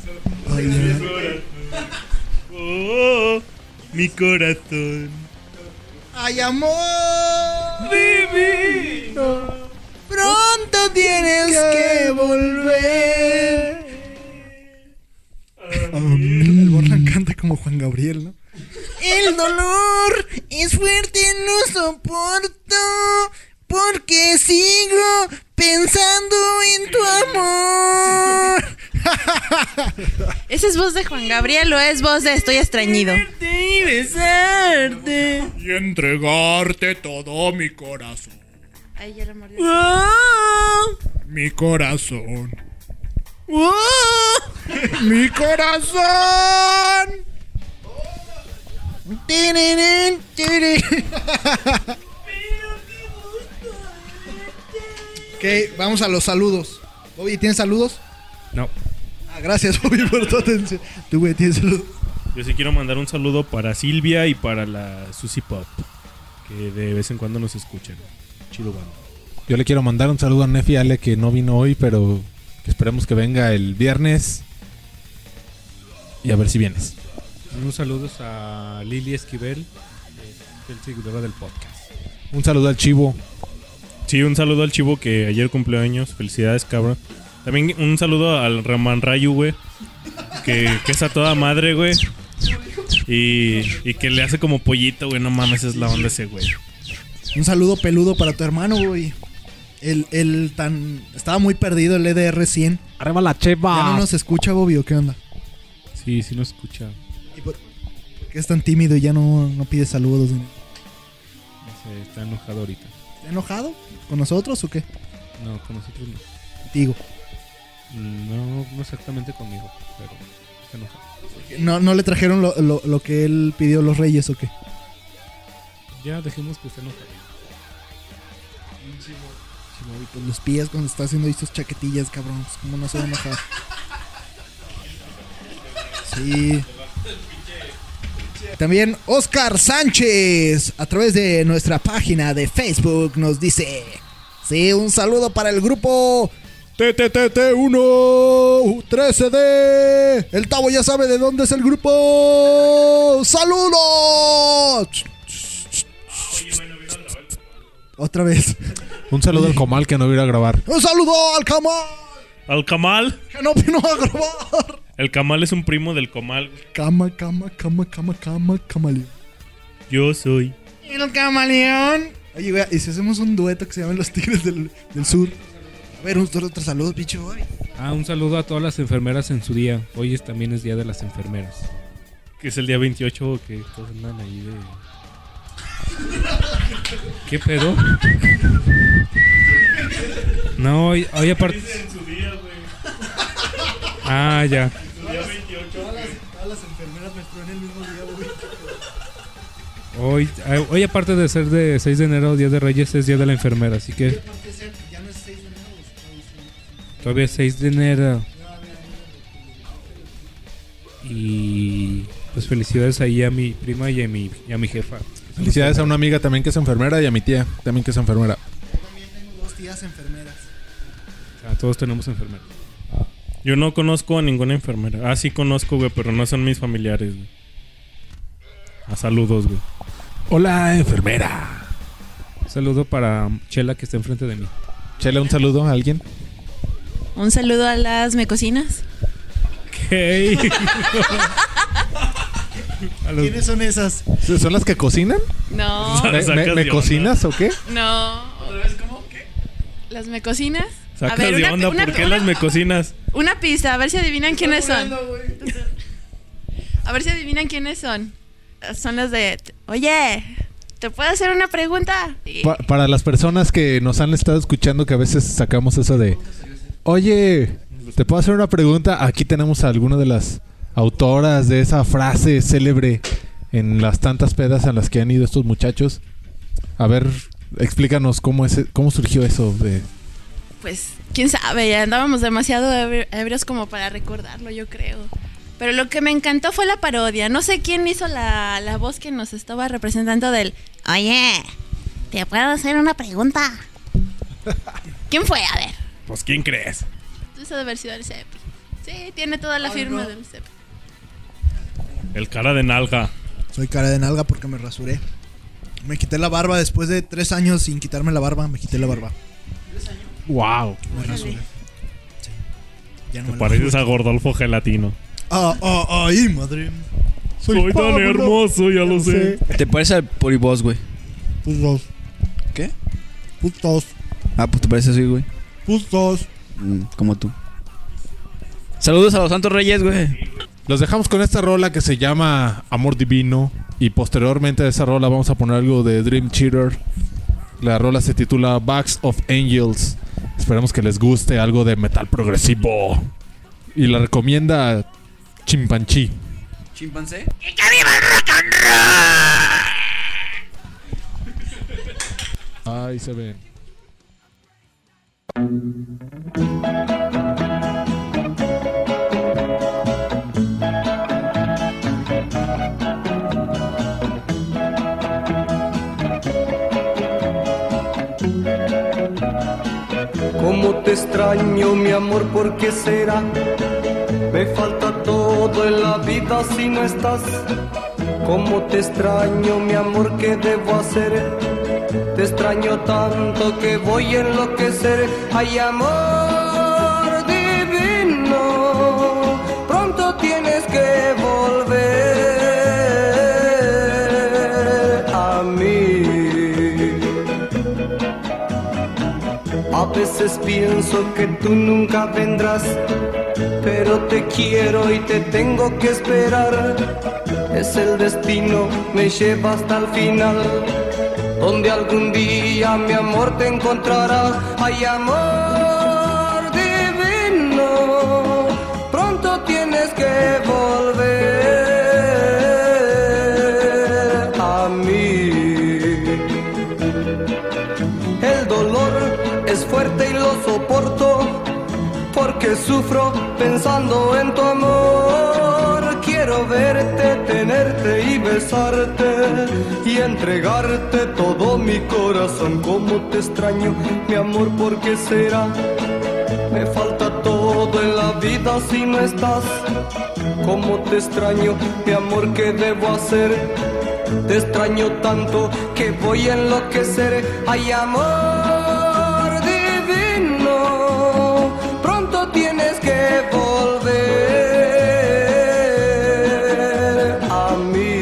Speaker 8: Oh, mi corazón.
Speaker 6: ¡Ay, amor!
Speaker 8: Divino.
Speaker 6: Pronto tienes que volver.
Speaker 2: Mm.
Speaker 1: El Borland canta como Juan Gabriel, ¿no?
Speaker 6: El dolor es fuerte, no soporto. Porque sigo pensando en tu amor.
Speaker 5: ¿Esa es voz de Juan Gabriel o es voz de Estoy extrañido?
Speaker 8: Y besarte.
Speaker 9: Y entregarte todo mi corazón.
Speaker 5: Ay, ya la mordió.
Speaker 9: Mi corazón. ¡Mi corazón!
Speaker 6: Tiririrín, tiri. Ok, vamos a los saludos. Bobby, ¿tienes saludos?
Speaker 2: No.
Speaker 6: Ah, gracias, Bobby, por tu atención. Tú, güey, tienes saludos.
Speaker 8: Yo sí quiero mandar un saludo para Silvia y para la Susy Pop, que de vez en cuando nos escuchan. Chido banda.
Speaker 3: Yo le quiero mandar un saludo a Nefi Ale que no vino hoy, pero esperemos que venga el viernes. Y a ver si vienes.
Speaker 2: Unos saludos a Lili Esquivel, que es el seguidora del podcast.
Speaker 3: Un saludo al Chivo.
Speaker 8: Sí, un saludo al Chivo que ayer cumplió años. Felicidades, cabrón. También un saludo al Raman Rayu, güey. Que, que es a toda madre, güey. Y, y que le hace como pollito, güey. No mames, es la onda ese, güey.
Speaker 6: Un saludo peludo para tu hermano, güey. El, el tan. Estaba muy perdido el E EDR 100.
Speaker 3: Arriba la
Speaker 6: Ya no
Speaker 3: cheva.
Speaker 6: nos escucha, Bobby, ¿o qué onda?
Speaker 2: Sí, sí nos escucha.
Speaker 6: ¿Y por, por qué es tan tímido y ya no, no pide saludos? güey?
Speaker 2: No sé, está enojado ahorita.
Speaker 6: ¿Está enojado con nosotros o qué?
Speaker 2: No, con nosotros no.
Speaker 6: Contigo.
Speaker 2: No, no exactamente conmigo, pero está enojado.
Speaker 6: ¿No, no le trajeron lo, lo- lo que él pidió los reyes o qué?
Speaker 2: Ya dejemos que esté enojado.
Speaker 6: Sí, Bobby, pues los pillas cuando está haciendo esas chaquetillas, cabrón. Pues cómo no se va a enojar. Sí. También Oscar Sánchez, a través de nuestra página de Facebook, nos dice: Sí, un saludo para el grupo
Speaker 1: TTTT1 13D. El Tavo ya sabe de dónde es el grupo. ¡Saludos!
Speaker 6: Otra vez.
Speaker 3: Un saludo al comal que no vino a grabar.
Speaker 1: ¡Un saludo al Camal!
Speaker 8: Al Camal.
Speaker 1: ¡Que no vino a grabar!
Speaker 8: El Camal es un primo del Comal.
Speaker 1: Cama, cama, cama, cama, cama, camaleón.
Speaker 8: Yo soy.
Speaker 4: El camaleón.
Speaker 1: Oye, güey, ¿y si hacemos un dueto que se llama Los Tigres del, del Sur? A ver, un, otro saludo, bicho. güey.
Speaker 2: Ah, un saludo a todas las enfermeras en su día. Hoy es, también es Día de las Enfermeras.
Speaker 8: Que es el día 28 que todos andan ahí de.
Speaker 2: ¿Qué pedo? No, hoy, hoy aparte. Ah, ya.
Speaker 1: Todas las enfermeras menstruan el mismo día, güey.
Speaker 2: Hoy, ah, hoy aparte de ser de 6 de enero, Día de Reyes, es Día de la Enfermera. Así que
Speaker 1: Ya no es 6 de enero.
Speaker 2: todavía es 6 de enero. Y pues felicidades ahí a mi prima y a mi, y a mi jefa.
Speaker 3: Felicidades a una amiga también que es enfermera y a mi tía también que es enfermera.
Speaker 1: Dos tías enfermeras.
Speaker 2: Ah, todos tenemos enfermeras.
Speaker 8: Yo no conozco a ninguna enfermera. Ah, sí conozco, güey, pero no son mis familiares, güey. A saludos, güey.
Speaker 2: Ah,
Speaker 3: Hola, enfermera.
Speaker 2: Un saludo para Chela que está enfrente de mí.
Speaker 3: Chela, un saludo a alguien.
Speaker 5: Un saludo a las mecocinas.
Speaker 2: A los- Ah.
Speaker 1: ¿Quiénes son esas?
Speaker 3: ¿Son las que cocinan?
Speaker 5: No,
Speaker 3: ¿Me,
Speaker 8: Sacas
Speaker 3: me-
Speaker 8: de
Speaker 3: me
Speaker 8: onda.
Speaker 3: cocinas o qué?
Speaker 5: no. ¿Otra vez cómo? ¿Qué? ¿Las mecocinas? A
Speaker 8: Sacas
Speaker 5: ver,
Speaker 8: de
Speaker 5: una-
Speaker 8: onda,
Speaker 5: una-
Speaker 8: ¿por qué
Speaker 5: una-
Speaker 8: las me cocinas?
Speaker 5: Una pista, a ver si adivinan quiénes son. A ver si adivinan quiénes son. Eh, Son las de. Oye, ¿te puedo hacer una pregunta? Y-
Speaker 3: Pa- para las personas que nos han estado escuchando, que a veces sacamos eso de, oye, ¿te puedo hacer una pregunta? Aquí tenemos a alguna de las autoras de esa frase célebre en las tantas pedas a las que han ido estos muchachos. A ver, explícanos cómo, es, cómo surgió eso de...
Speaker 5: Pues, quién sabe, ya andábamos demasiado ebri- ebrios como para recordarlo, yo creo. Pero lo que me encantó fue la parodia. No sé quién hizo la, la voz que nos estaba representando del. Oye, ¿te puedo hacer una pregunta? ¿Quién fue? A ver.
Speaker 8: Pues, ¿quién crees?
Speaker 5: Eso de haber sido el CEPI. Sí, tiene toda la firma del CEPI.
Speaker 8: El cara de nalga.
Speaker 1: Soy cara de nalga porque me rasuré. Me quité la barba después de tres años sin quitarme la barba. Me quité la barba.
Speaker 3: ¡Wow!
Speaker 1: Me rasuré. Sí. Ya no
Speaker 8: Te
Speaker 1: me la-
Speaker 8: pareces a Gordolfo Gelatino.
Speaker 1: Ah, ah, ay, madre.
Speaker 8: Soy, tan hermoso, ya lo sé.
Speaker 10: Te pareces al Polibos, güey.
Speaker 1: Putos.
Speaker 10: ¿Qué?
Speaker 1: Putos.
Speaker 10: Ah, pues te pareces así, güey.
Speaker 1: Putos.
Speaker 10: Mm, como tú. Saludos a los Santos Reyes, güey.
Speaker 3: Los dejamos con esta rola que se llama Amor Divino. Y posteriormente a esa rola vamos a poner algo de Dream Cheater. La rola se titula Backs of Angels. Esperemos que les guste algo de metal progresivo. Y la recomienda Chimpanchi.
Speaker 10: ¿Chimpancé?
Speaker 3: Ahí se ven.
Speaker 11: Cómo te extraño, mi amor, ¿por qué será? Me falta todo en la vida si no estás. Cómo te extraño, mi amor, ¿qué debo hacer? Te extraño tanto que voy a enloquecer. Ay, amor divino, pronto tienes que volver a mí. A veces pienso que tú nunca vendrás, pero te quiero y te tengo que esperar. Es el destino, me lleva hasta el final, donde algún día mi amor te encontrará. Ay, amor divino, pronto tienes que volver a mí. El dolor es fuerte y lo soporto porque sufro pensando en tu amor. Quiero verte, tenerte y besarte y entregarte todo mi corazón. Como te extraño, mi amor, ¿por qué será? Me falta todo en la vida si no estás. Cómo te extraño, mi amor, ¿qué debo hacer? Te extraño tanto que voy a enloquecer. Ay, amor divino, pronto tienes que volver a mí.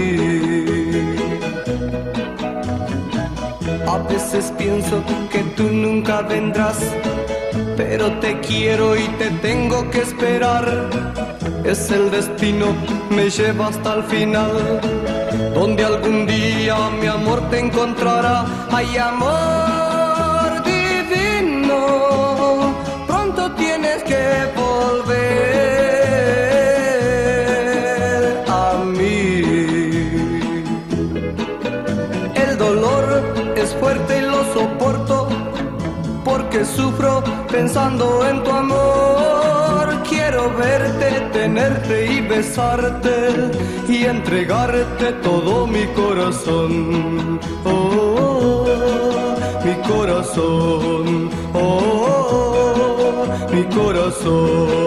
Speaker 11: A veces pienso que tú nunca vendrás, pero te quiero y te tengo que esperar. Es el destino, me lleva hasta el final, donde algún día mi amor te encontrará. Ay, amor divino, pronto tienes que volver a mí. El dolor es fuerte y lo soporto porque sufro pensando en tu amor. Quiero verte, tenerte y besarte y entregarte todo mi corazón. Oh, oh, oh, mi corazón. Oh, oh, oh, mi corazón.